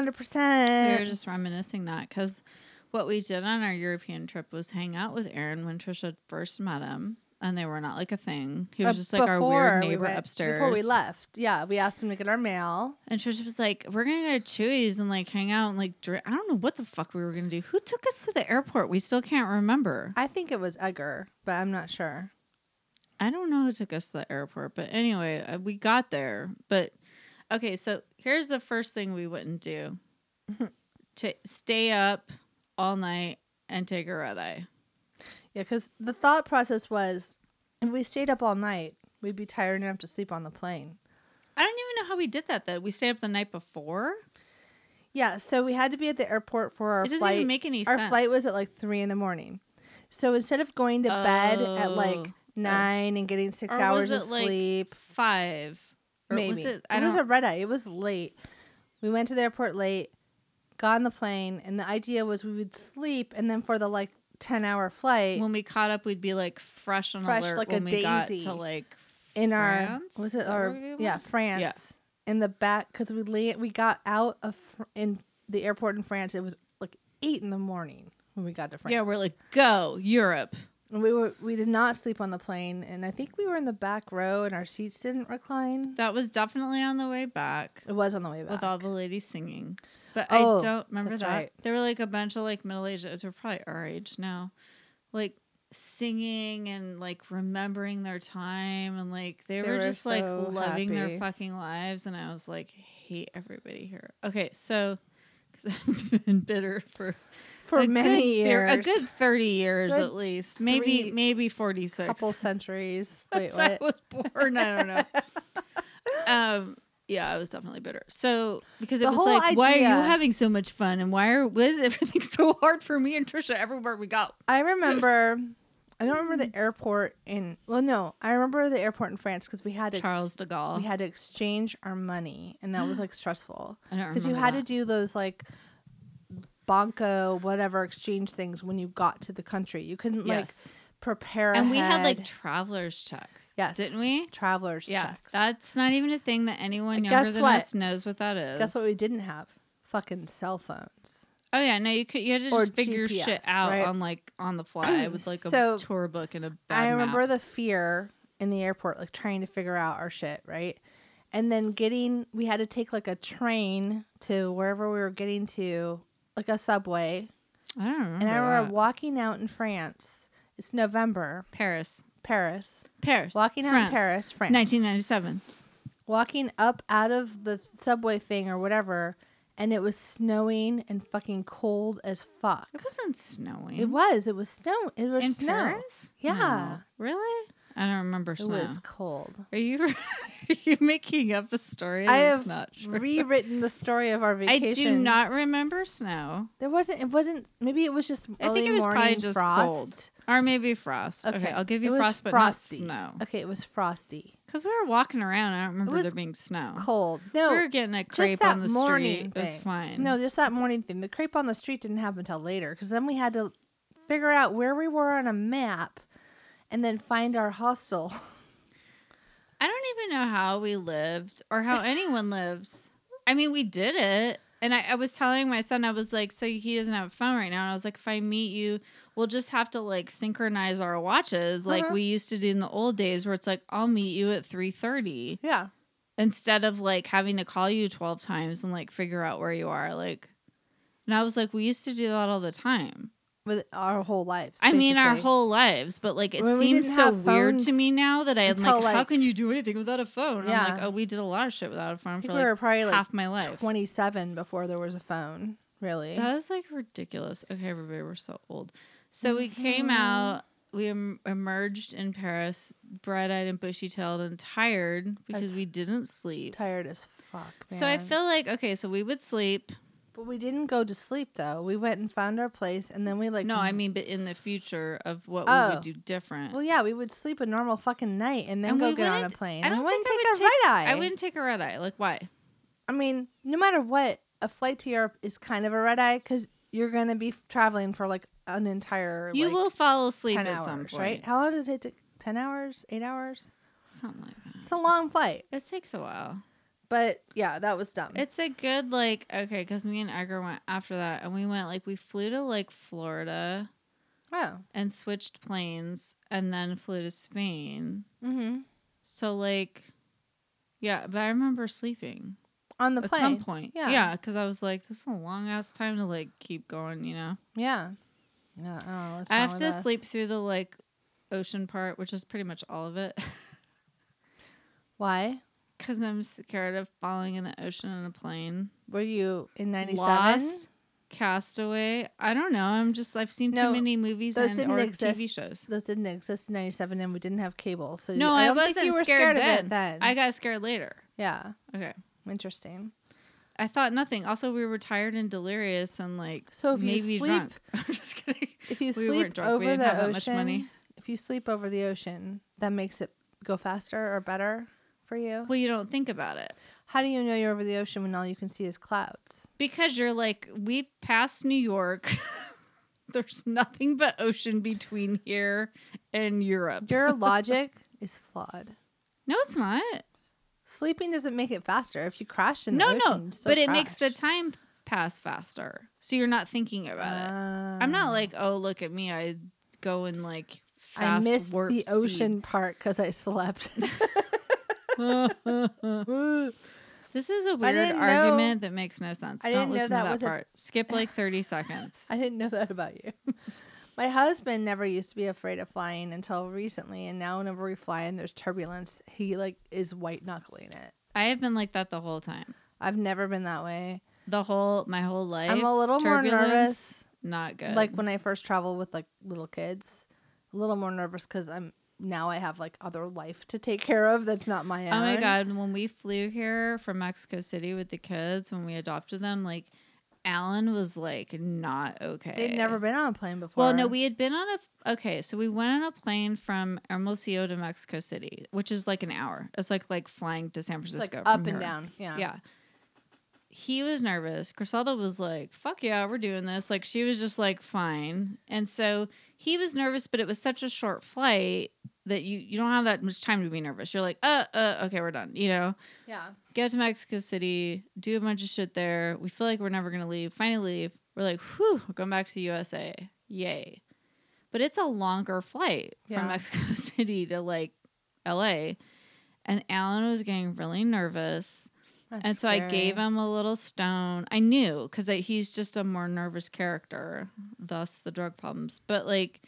Speaker 3: 100%.
Speaker 2: We were just reminiscing that because what we did on our European trip was hang out with Aaron when Trisha first met him, and they were not like a thing. He was
Speaker 3: Uh,
Speaker 2: just like our weird
Speaker 3: we
Speaker 2: neighbor
Speaker 3: went-
Speaker 2: upstairs.
Speaker 3: Before we left. Yeah, we asked him to get our mail.
Speaker 2: And Trisha was like, "We're gonna go to Chewy's and like hang out and like drink." I don't know what the fuck we were gonna do. Who took us to the airport? We still can't remember.
Speaker 3: I think it was Edgar, but I'm not sure.
Speaker 2: I don't know who took us to the airport, but anyway, uh, we got there. But okay, so here's the first thing we wouldn't do: to stay up all night and take a red eye.
Speaker 3: Yeah, because the thought process was if we stayed up all night, we'd be tired enough to sleep on the plane.
Speaker 2: I don't even know how we did that. Though we stayed up the night before.
Speaker 3: Yeah, so we had to be at the airport for our
Speaker 2: It doesn't
Speaker 3: flight.
Speaker 2: even make any
Speaker 3: our
Speaker 2: sense.
Speaker 3: flight was at like three in the morning. So instead of going to bed at
Speaker 2: Oh.
Speaker 3: like nine and getting six
Speaker 2: Or was
Speaker 3: hours
Speaker 2: it,
Speaker 3: of
Speaker 2: like,
Speaker 3: sleep,
Speaker 2: five. Or
Speaker 3: maybe
Speaker 2: was it? I
Speaker 3: was
Speaker 2: don't-
Speaker 3: a red eye. It was late. We went to the airport late, got on the plane, and the idea was we would sleep, and then for the like ten hour flight
Speaker 2: when we caught up, we'd be like fresh on
Speaker 3: Fresh
Speaker 2: alert
Speaker 3: like a
Speaker 2: when we got
Speaker 3: daisy.
Speaker 2: to like
Speaker 3: in our
Speaker 2: France?
Speaker 3: was it
Speaker 2: Is that where
Speaker 3: our
Speaker 2: we did
Speaker 3: yeah
Speaker 2: one?
Speaker 3: France in the back because we lay we got out of Fr- in the airport in France. It was like eight in the morning when we got to France.
Speaker 2: yeah, we're like go Europe.
Speaker 3: And we were we did not sleep on the plane, and I think we were in the back row, and our seats didn't recline.
Speaker 2: That was definitely on the way back.
Speaker 3: It was on the way back.
Speaker 2: with all the ladies singing. But
Speaker 3: Oh,
Speaker 2: I don't remember
Speaker 3: that's
Speaker 2: that.
Speaker 3: right.
Speaker 2: There were like a bunch of like middle aged, they're probably our age now, like singing and like remembering their time and like they,
Speaker 3: They
Speaker 2: were
Speaker 3: were
Speaker 2: just like
Speaker 3: so
Speaker 2: loving
Speaker 3: happy.
Speaker 2: their fucking lives. And I was like, hate everybody here. Okay, so because I've been bitter for
Speaker 3: for
Speaker 2: a
Speaker 3: many
Speaker 2: good, thir-
Speaker 3: years,
Speaker 2: a good thirty years
Speaker 3: Good
Speaker 2: at least, maybe
Speaker 3: three-
Speaker 2: maybe forty six
Speaker 3: couple centuries. Wait,
Speaker 2: since I
Speaker 3: what?
Speaker 2: was born. I don't know. um, yeah, I was definitely bitter. So because it
Speaker 3: The
Speaker 2: was
Speaker 3: whole
Speaker 2: like, why are you
Speaker 3: idea-
Speaker 2: having so much fun, and why are was everything so hard for me and Trisha everywhere we go?
Speaker 3: I remember. I don't remember the airport in. Well, no, I remember the airport in France because we had to ex-
Speaker 2: Charles de Gaulle.
Speaker 3: we had to exchange our money, and that was like stressful
Speaker 2: I don't
Speaker 3: because you
Speaker 2: remember
Speaker 3: had to
Speaker 2: that.
Speaker 3: do those like bonko whatever exchange things when you got to the country. You couldn't like
Speaker 2: Yes.
Speaker 3: prepare,
Speaker 2: and we had like
Speaker 3: ahead.
Speaker 2: travelers checks.
Speaker 3: Yes.
Speaker 2: didn't we?
Speaker 3: travelers
Speaker 2: Yeah,
Speaker 3: checks.
Speaker 2: that's not even a thing that anyone
Speaker 3: And
Speaker 2: younger
Speaker 3: guess
Speaker 2: than
Speaker 3: what?
Speaker 2: us knows what that is.
Speaker 3: Guess what we didn't have? Fucking cell phones.
Speaker 2: oh yeah, no, you could you had to
Speaker 3: Or
Speaker 2: just figure shit
Speaker 3: GPS,
Speaker 2: out
Speaker 3: right?
Speaker 2: on like on the fly with like a
Speaker 3: So,
Speaker 2: tour book and a bad
Speaker 3: I remember
Speaker 2: map.
Speaker 3: the fear in the airport, like trying to figure out our shit, right? And then getting, we had to take like a train to wherever we were getting to, like a subway.
Speaker 2: I don't remember.
Speaker 3: And I
Speaker 2: that.
Speaker 3: remember walking out in France. It's November,
Speaker 2: Paris,
Speaker 3: Paris.
Speaker 2: Paris,
Speaker 3: Walking out in Paris, France.
Speaker 2: nineteen ninety seven.
Speaker 3: Walking up out of the subway thing or whatever, and it was snowing and fucking cold as fuck.
Speaker 2: It wasn't snowing.
Speaker 3: It was. It was snow. It was
Speaker 2: in
Speaker 3: snow.
Speaker 2: Paris.
Speaker 3: Yeah.
Speaker 2: No. really? I don't remember
Speaker 3: It
Speaker 2: snow.
Speaker 3: was cold.
Speaker 2: Are you are you making up a story?
Speaker 3: I
Speaker 2: that's
Speaker 3: have
Speaker 2: not true.
Speaker 3: rewritten the story of our
Speaker 2: I
Speaker 3: vacation.
Speaker 2: do not remember snow,
Speaker 3: There wasn't. It wasn't. Maybe it was just early
Speaker 2: I think it was probably
Speaker 3: morning
Speaker 2: just
Speaker 3: frost.
Speaker 2: cold. or maybe frost. Okay, I'll give
Speaker 3: It
Speaker 2: you
Speaker 3: was
Speaker 2: frost, but
Speaker 3: frosty.
Speaker 2: not snow.
Speaker 3: Okay, it was frosty,
Speaker 2: Because we were walking around, I don't remember
Speaker 3: was
Speaker 2: there being snow.
Speaker 3: cold. No,
Speaker 2: Oh. we were getting a
Speaker 3: just
Speaker 2: crepe
Speaker 3: that
Speaker 2: on the
Speaker 3: morning
Speaker 2: street.
Speaker 3: thing.
Speaker 2: It was fine.
Speaker 3: No, just that morning thing. The crepe on the street didn't happen until later because then we had to figure out where we were on a map, and then find our hostel.
Speaker 2: I don't even know how we lived or how anyone lived. I mean, we did it. And I, I was telling my son, I was like, so he doesn't have a phone right now. And I was like, if I meet you, we'll just have to like synchronize our watches like
Speaker 3: Uh-huh.
Speaker 2: we used to do in the old days where it's like, I'll meet you at 3.30
Speaker 3: Yeah,
Speaker 2: instead of like having to call you 12 times and like figure out where you are. Like, and I was like, we used to do that all the time.
Speaker 3: with our whole lives.
Speaker 2: I mean, our
Speaker 3: basically.
Speaker 2: whole lives, but like it
Speaker 3: When we
Speaker 2: seems
Speaker 3: didn't
Speaker 2: so
Speaker 3: have
Speaker 2: weird to
Speaker 3: phones
Speaker 2: me now that I'm
Speaker 3: until,
Speaker 2: like, how
Speaker 3: like-
Speaker 2: can you do anything without a phone? I'm like,
Speaker 3: Yeah.
Speaker 2: oh, we did a lot of shit without a phone
Speaker 3: I
Speaker 2: for
Speaker 3: think we were
Speaker 2: like
Speaker 3: probably like
Speaker 2: half my life.
Speaker 3: 27 before there was a phone. Really?
Speaker 2: That is like ridiculous. Okay, everybody, we're so old. So we came
Speaker 3: Mm-hmm.
Speaker 2: out, we em- emerged in Paris, bright eyed and bushy tailed and tired because we didn't sleep.
Speaker 3: tired as fuck. Man.
Speaker 2: So I feel like, okay, so we would sleep.
Speaker 3: But we didn't go to sleep though. We went and found our place, and then we like.
Speaker 2: No, I mean, but in the future of what we
Speaker 3: Oh.
Speaker 2: would do different.
Speaker 3: Well, yeah, we would sleep a normal fucking night and then
Speaker 2: And
Speaker 3: go
Speaker 2: we
Speaker 3: get on a
Speaker 2: wouldn't-
Speaker 3: plane.
Speaker 2: I don't
Speaker 3: we wouldn't
Speaker 2: think
Speaker 3: take
Speaker 2: I would
Speaker 3: a red eye.
Speaker 2: I wouldn't take a red eye. Like, why?
Speaker 3: I mean, no matter what, a flight to Europe is kind of a red eye because you're gonna be f- traveling for like an entire.
Speaker 2: you
Speaker 3: like,
Speaker 2: will fall asleep
Speaker 3: ten
Speaker 2: at
Speaker 3: hours,
Speaker 2: some point.
Speaker 3: right? How long does it take? To, Ten hours? Eight hours?
Speaker 2: Something like that.
Speaker 3: It's a long flight.
Speaker 2: It takes a while.
Speaker 3: But yeah, that was dumb.
Speaker 2: It's a good like okay, because me and Edgar went after that, and we went like we flew to like Florida
Speaker 3: oh.
Speaker 2: and switched planes, and then flew to Spain.
Speaker 3: Mm-hmm.
Speaker 2: So like, yeah, but I remember sleeping
Speaker 3: On the
Speaker 2: at
Speaker 3: plane.
Speaker 2: some point.
Speaker 3: Yeah.
Speaker 2: yeah, because I was like, this is a long ass time to like keep going. You know,
Speaker 3: Yeah. No, I don't know what's
Speaker 2: I
Speaker 3: wrong
Speaker 2: have
Speaker 3: with
Speaker 2: to
Speaker 3: us.
Speaker 2: sleep through the like ocean part, which is pretty much all of it,
Speaker 3: Why?
Speaker 2: because I'm scared of falling in the ocean in a plane.
Speaker 3: Were you in '97?
Speaker 2: Lost, Castaway. I don't know. I'm just I've seen
Speaker 3: No,
Speaker 2: too many movies
Speaker 3: Those
Speaker 2: and
Speaker 3: didn't
Speaker 2: or
Speaker 3: exist.
Speaker 2: TV shows.
Speaker 3: Those didn't exist in '97, and we didn't have cable. So
Speaker 2: No,
Speaker 3: I,
Speaker 2: I,
Speaker 3: don't
Speaker 2: wasn't
Speaker 3: think you were
Speaker 2: scared,
Speaker 3: of
Speaker 2: then.
Speaker 3: it then.
Speaker 2: I got scared later.
Speaker 3: yeah,
Speaker 2: Okay.
Speaker 3: interesting.
Speaker 2: I thought nothing. Also, we were tired and delirious and like
Speaker 3: So if you
Speaker 2: maybe
Speaker 3: sleep-
Speaker 2: drunk. I'm just kidding.
Speaker 3: If you
Speaker 2: We weren't
Speaker 3: sleep
Speaker 2: drunk. We
Speaker 3: over
Speaker 2: didn't
Speaker 3: the
Speaker 2: have
Speaker 3: ocean,
Speaker 2: that much money.
Speaker 3: if you sleep over the ocean, that makes it go faster or better for you.
Speaker 2: Well, you don't think about it
Speaker 3: How do you know you're over the ocean when all you can see is clouds?
Speaker 2: because you're like we've passed New York. There's nothing but ocean between here and Europe.
Speaker 3: Your logic is flawed.
Speaker 2: no, it's not.
Speaker 3: Sleeping doesn't make it faster. If you crashed in the
Speaker 2: No,
Speaker 3: ocean,
Speaker 2: no,
Speaker 3: you still
Speaker 2: but it makes the
Speaker 3: crashed.
Speaker 2: time pass faster, so you're not thinking about it. I'm
Speaker 3: Ah.
Speaker 2: not like, oh, look at me. I go in like fast
Speaker 3: I missed
Speaker 2: warp
Speaker 3: the
Speaker 2: speed."
Speaker 3: ocean part 'cause part because I slept.
Speaker 2: This is a weird
Speaker 3: didn't know-
Speaker 2: argument that makes no sense.
Speaker 3: I
Speaker 2: Don't
Speaker 3: didn't know
Speaker 2: listen
Speaker 3: that
Speaker 2: to that
Speaker 3: was a-
Speaker 2: part. Skip like 30 seconds.
Speaker 3: I didn't know that about you. My husband never used to be afraid of flying until recently, and now whenever we fly and there's turbulence, he like is white knuckling it.
Speaker 2: I have been like that the whole time.
Speaker 3: I've never been that way.
Speaker 2: The whole my whole life.
Speaker 3: I'm a little more
Speaker 2: Turbulence,
Speaker 3: nervous,
Speaker 2: Not good.
Speaker 3: like when I first travel with like little kids, a little more nervous because I'm now I have like other life to take care of that's not my own.
Speaker 2: Oh my god, when we flew here from Mexico City with the kids when we adopted them, like Alan was like not okay.
Speaker 3: They'd never been on a plane before.
Speaker 2: Well, no, we had been on a f- okay, so we went on a plane from Hermosillo to Mexico City, which is like an hour. It's like like flying to San
Speaker 3: It's, like
Speaker 2: Francisco, from
Speaker 3: up and
Speaker 2: here.
Speaker 3: down. Yeah,
Speaker 2: Yeah. He was nervous. Griselda was like, "Fuck yeah, we're doing this." Like she was just like, "Fine." And so he was nervous, but it was such a short flight that you you don't have that much time to be nervous. You're like, "Uh, uh, okay, we're done." You know
Speaker 3: yeah.
Speaker 2: get to Mexico City, do a bunch of shit there. We feel like we're never gonna leave. Finally leave. We're like, whew, we're going back to the USA. Yay. But it's a longer flight
Speaker 3: Yeah.
Speaker 2: from Mexico City to like LA. And Alan was getting really nervous.
Speaker 3: That's
Speaker 2: and so I gave
Speaker 3: scary.
Speaker 2: him a little stone. I knew because he's just a more nervous character, thus the drug problems. But like,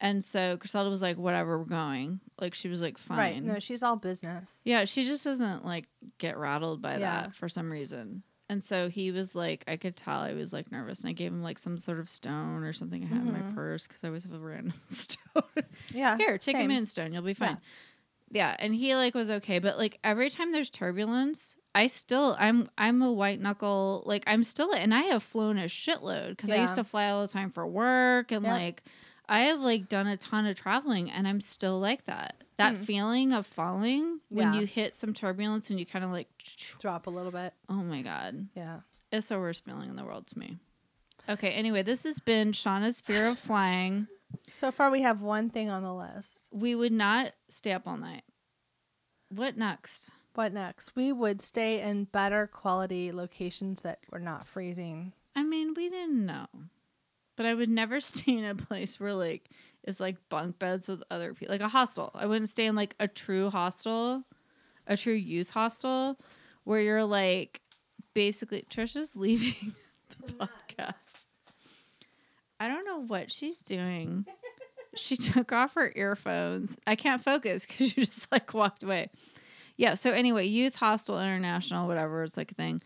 Speaker 2: and so Griselda was like, whatever, we're going. Like, she was like, fine.
Speaker 3: right. No, she's all business.
Speaker 2: Yeah, she just doesn't like get rattled by
Speaker 3: Yeah.
Speaker 2: that for some reason. And so he was like, I could tell I was like nervous, and I gave him like some sort of stone or something I had in my purse because I always have a random stone.
Speaker 3: Yeah,
Speaker 2: Here, take
Speaker 3: Uh, same.
Speaker 2: a moonstone, You'll be fine. Yeah. and he like was okay, but like every time there's turbulence, I still I'm I'm a white knuckle like I'm still and I have flown a shitload because I used
Speaker 3: Yeah.
Speaker 2: to fly all the time for work and
Speaker 3: Yep.
Speaker 2: like I have like done a ton of traveling and I'm still like that. That feeling of falling when
Speaker 3: Hmm. Yeah.
Speaker 2: you hit some turbulence and you kind of like
Speaker 3: Drop a little bit.
Speaker 2: oh my god,
Speaker 3: Yeah.
Speaker 2: it's the worst feeling in the world to me. Okay, anyway, this has been Shauna's fear of flying.
Speaker 3: So far, we have one thing on the list.
Speaker 2: we would not stay up all night. What next?
Speaker 3: What next? We would stay in better quality locations that were not freezing.
Speaker 2: I mean, we didn't know. But I would never stay in a place where like it's like bunk beds with other people, like a hostel. I wouldn't stay in like a true hostel, a true youth hostel, where you're like basically Trisha's leaving the podcast. I don't know know what she's doing. she took off her earphones. I can't focus because she just like walked away. Yeah. So anyway, youth hostel international, whatever it's like a thing,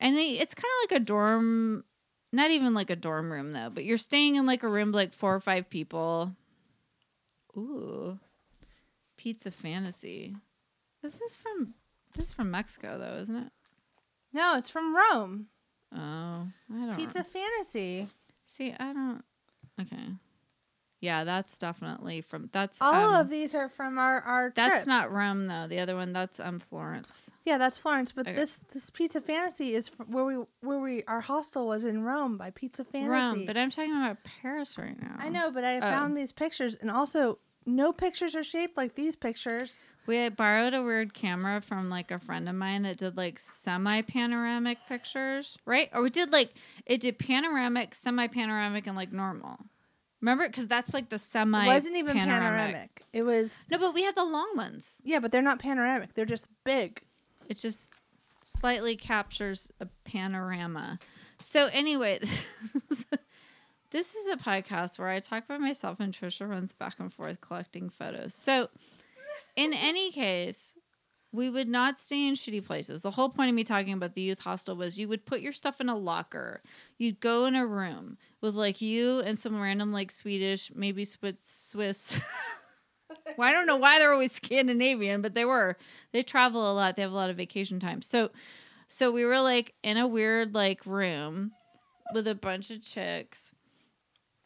Speaker 2: and they, it's kind of like a dorm. Not even like a dorm room though, but you're staying in like a room with like four or five people. Ooh, pizza fantasy. This is from this is from Mexico though, isn't it?
Speaker 3: No, it's from Rome.
Speaker 2: Oh, I don't.
Speaker 3: Pizza Fantasy.
Speaker 2: See, I don't. Okay. Yeah, that's definitely from. That's
Speaker 3: All
Speaker 2: um,
Speaker 3: of these are from our our
Speaker 2: That's
Speaker 3: trip.
Speaker 2: not Rome though. The other one, that's um Florence.
Speaker 3: yeah, that's Florence. But
Speaker 2: Okay.
Speaker 3: this this Pizza Fantasy is fr- where we where we our hostel was in Rome by Pizza Fantasy.
Speaker 2: Rome, but I'm talking about Paris right now.
Speaker 3: I know,
Speaker 2: Oh.
Speaker 3: but I found these pictures, and also no pictures are shaped like these pictures.
Speaker 2: We had borrowed a weird camera from like a friend of mine that did like semi panoramic pictures, right? Or we did like it did panoramic, semi panoramic, and like normal. Remember? Because that's like the semi.
Speaker 3: it wasn't even panoramic. It was
Speaker 2: No, but we had the long ones.
Speaker 3: yeah, but they're not panoramic. They're just big.
Speaker 2: It just slightly captures a panorama. So anyway, this is a podcast where I talk by myself and Trisha runs back and forth collecting photos. So in any case, we would not stay in shitty places. The whole point of me talking about the youth hostel was you would put your stuff in a locker. You'd go in a room with like you and some random like Swedish, maybe Swi- Swiss. well, I don't know why they're always Scandinavian, but they were. They travel a lot. They have a lot of vacation time. So, so we were like in a weird like room with a bunch of chicks,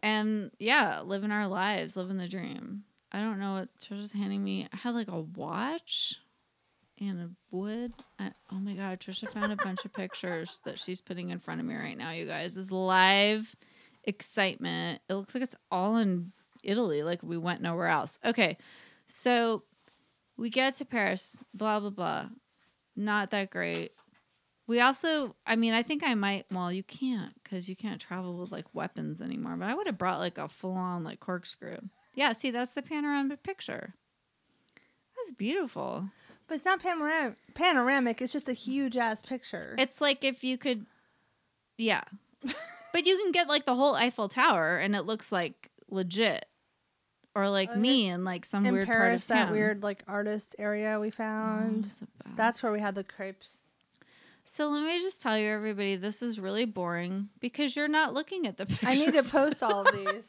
Speaker 2: and yeah, living our lives, living the dream. I don't know what Trisha's handing me. I had like a watch and a wood. I, oh my god, Trisha found a bunch of pictures that she's putting in front of me right now. You guys, this live excitement. It looks like it's all in Italy. Like we went nowhere else. Okay, so we get to Paris. Blah blah blah. Not that great. We also, I mean, I think I might. Well, you can't because you can't travel with like weapons anymore. But I would have brought like a full on like corkscrew. Yeah, see, that's the panoramic picture. That's beautiful.
Speaker 3: But it's not panoramic. Panoramic. It's just a huge ass picture.
Speaker 2: It's like if you could, yeah. but you can get like the whole Eiffel Tower, and it looks like legit, or like
Speaker 3: Oh,
Speaker 2: me in like some
Speaker 3: in
Speaker 2: weird part
Speaker 3: Paris,
Speaker 2: of
Speaker 3: that
Speaker 2: town. Oh, Mm.
Speaker 3: weird like artist area we found. That's where we had the crepes.
Speaker 2: So let me just tell you, everybody, this is really boring because you're not looking at the pictures.
Speaker 3: I need to post all of these.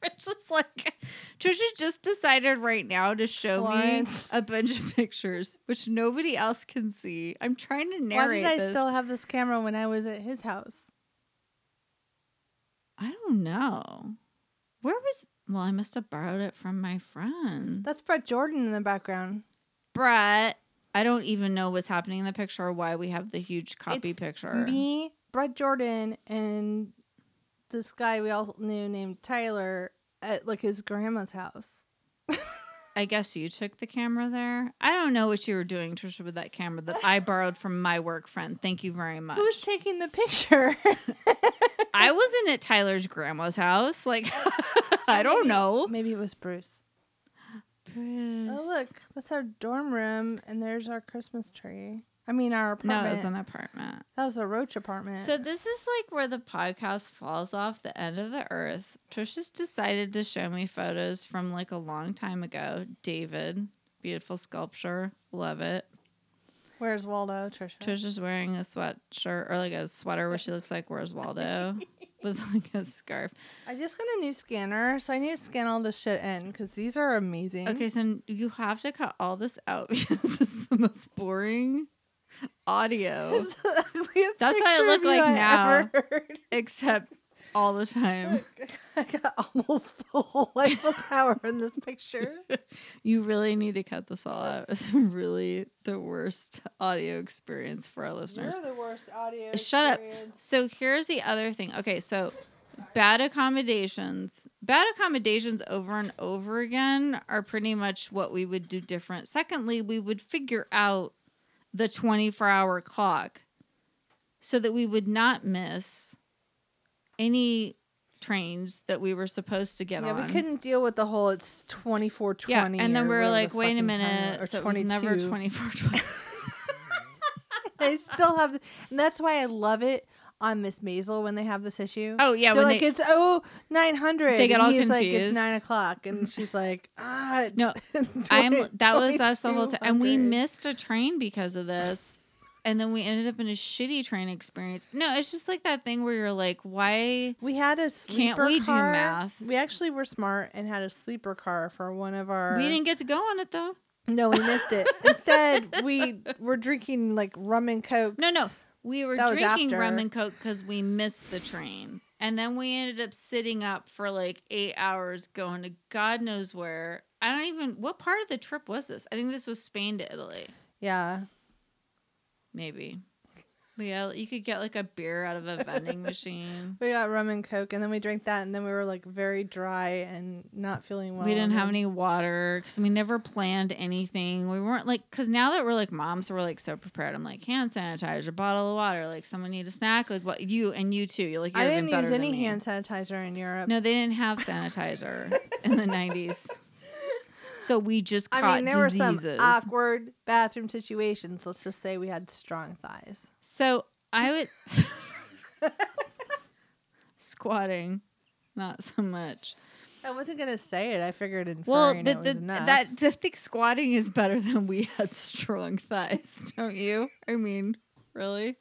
Speaker 2: Trisha's like, Trisha just decided right now to show me
Speaker 3: Florence.
Speaker 2: a bunch of pictures, which nobody else can see. I'm trying to
Speaker 3: Why
Speaker 2: narrate
Speaker 3: did I
Speaker 2: this.
Speaker 3: still have this camera when I was at his house?
Speaker 2: I don't know. Where was? Well, I must have borrowed it from my friend.
Speaker 3: That's Brett Jordan in the background.
Speaker 2: Brett, I don't even know what's happening in the picture or why we have the huge copy
Speaker 3: It's
Speaker 2: picture.
Speaker 3: Me, Brett Jordan, and this guy we all knew named Tyler at like his grandma's house.
Speaker 2: I guess you took the camera there. I don't know what you were doing, Trisha, with that camera that I borrowed from my work friend. Thank you very much.
Speaker 3: Who's taking the picture?
Speaker 2: I wasn't at Tyler's grandma's house. Like, I don't know.
Speaker 3: Maybe it was Bruce. Oh look, that's our dorm room, and there's our Christmas tree. I mean, our
Speaker 2: No,
Speaker 3: apartment.
Speaker 2: it was an apartment.
Speaker 3: that was a Roach apartment.
Speaker 2: So this is like where the podcast falls off the end of the earth. Trish just decided to show me photos from like a long time ago. David, beautiful sculpture, love it.
Speaker 3: Where's Waldo, Trisha?
Speaker 2: Trish is wearing a sweatshirt or like a sweater where she looks like Where's Waldo with like a scarf.
Speaker 3: I just got a new scanner, so I need to scan all this shit in because these are amazing.
Speaker 2: Okay, so you have to cut all this out because this is the most boring audio,
Speaker 3: It's the ugliest
Speaker 2: That's what I
Speaker 3: picture
Speaker 2: look
Speaker 3: of you
Speaker 2: like
Speaker 3: I
Speaker 2: now.
Speaker 3: ever heard.
Speaker 2: except all the time.
Speaker 3: I got almost the whole Eiffel Tower in this picture.
Speaker 2: You really need to cut this all out. It's really the worst audio experience for our listeners.
Speaker 3: the worst audio.
Speaker 2: Shut up. So here's the other thing. Okay, so bad accommodations. Bad accommodations over and over again are pretty much what we would do different. Secondly, we would figure out the 24 hour clock so that we would not miss any trains that we were supposed to get
Speaker 3: Yeah,
Speaker 2: on.
Speaker 3: we couldn't deal with the whole it's twenty four
Speaker 2: Yeah,
Speaker 3: twenty.
Speaker 2: and then we were like, wait a minute. so it was never 24
Speaker 3: I still have, and that's why I love it. on Miss Maisel when they have this issue.
Speaker 2: Oh, yeah,
Speaker 3: They're
Speaker 2: when
Speaker 3: like
Speaker 2: they-
Speaker 3: it's oh nine hundred.
Speaker 2: They get all
Speaker 3: he's Like, it's
Speaker 2: confused.
Speaker 3: nine o'clock, and she's like, ah, it's
Speaker 2: No, I'm that was us the whole time, and we
Speaker 3: 2200.
Speaker 2: missed a train because of this, and then we ended up in a shitty train experience. No, it's just like that thing where you're like, why?
Speaker 3: We had a sleeper
Speaker 2: we do
Speaker 3: car.
Speaker 2: math?
Speaker 3: We actually were smart and had a sleeper car for one of our.
Speaker 2: We didn't get to go on it though.
Speaker 3: No, we missed it. Instead, we were drinking like rum and coke.
Speaker 2: No, no, we were
Speaker 3: That was
Speaker 2: drinking rum
Speaker 3: after.
Speaker 2: and coke because we missed the train, and then we ended up sitting up for like eight hours going to God knows where. I don't even what part of the trip was this. I think this was Spain to Italy,
Speaker 3: Yeah.
Speaker 2: maybe. Yeah, you could get like a beer out of a vending machine.
Speaker 3: We got rum and coke, and then we drank that, and then we were like very dry and not feeling well.
Speaker 2: we didn't
Speaker 3: and
Speaker 2: have
Speaker 3: then-
Speaker 2: any water because we never planned anything. We weren't like because now that we're like moms, we're like so prepared. I'm like hand sanitizer, bottle of water, like someone need a snack, like what you and you too. You're like
Speaker 3: I
Speaker 2: you're even
Speaker 3: didn't
Speaker 2: better
Speaker 3: use
Speaker 2: than
Speaker 3: any
Speaker 2: me.
Speaker 3: hand sanitizer in Europe.
Speaker 2: No, they didn't have sanitizer in the 90s, so we just caught
Speaker 3: I mean, there were
Speaker 2: diseases.
Speaker 3: some awkward bathroom situations. Let's just say we had strong thighs.
Speaker 2: so I would squatting, not so much.
Speaker 3: I wasn't gonna say it. I figured in
Speaker 2: Well,
Speaker 3: it
Speaker 2: but
Speaker 3: was
Speaker 2: the,
Speaker 3: enough.
Speaker 2: that the thick squatting is better than we had strong thighs, don't you? I mean, really?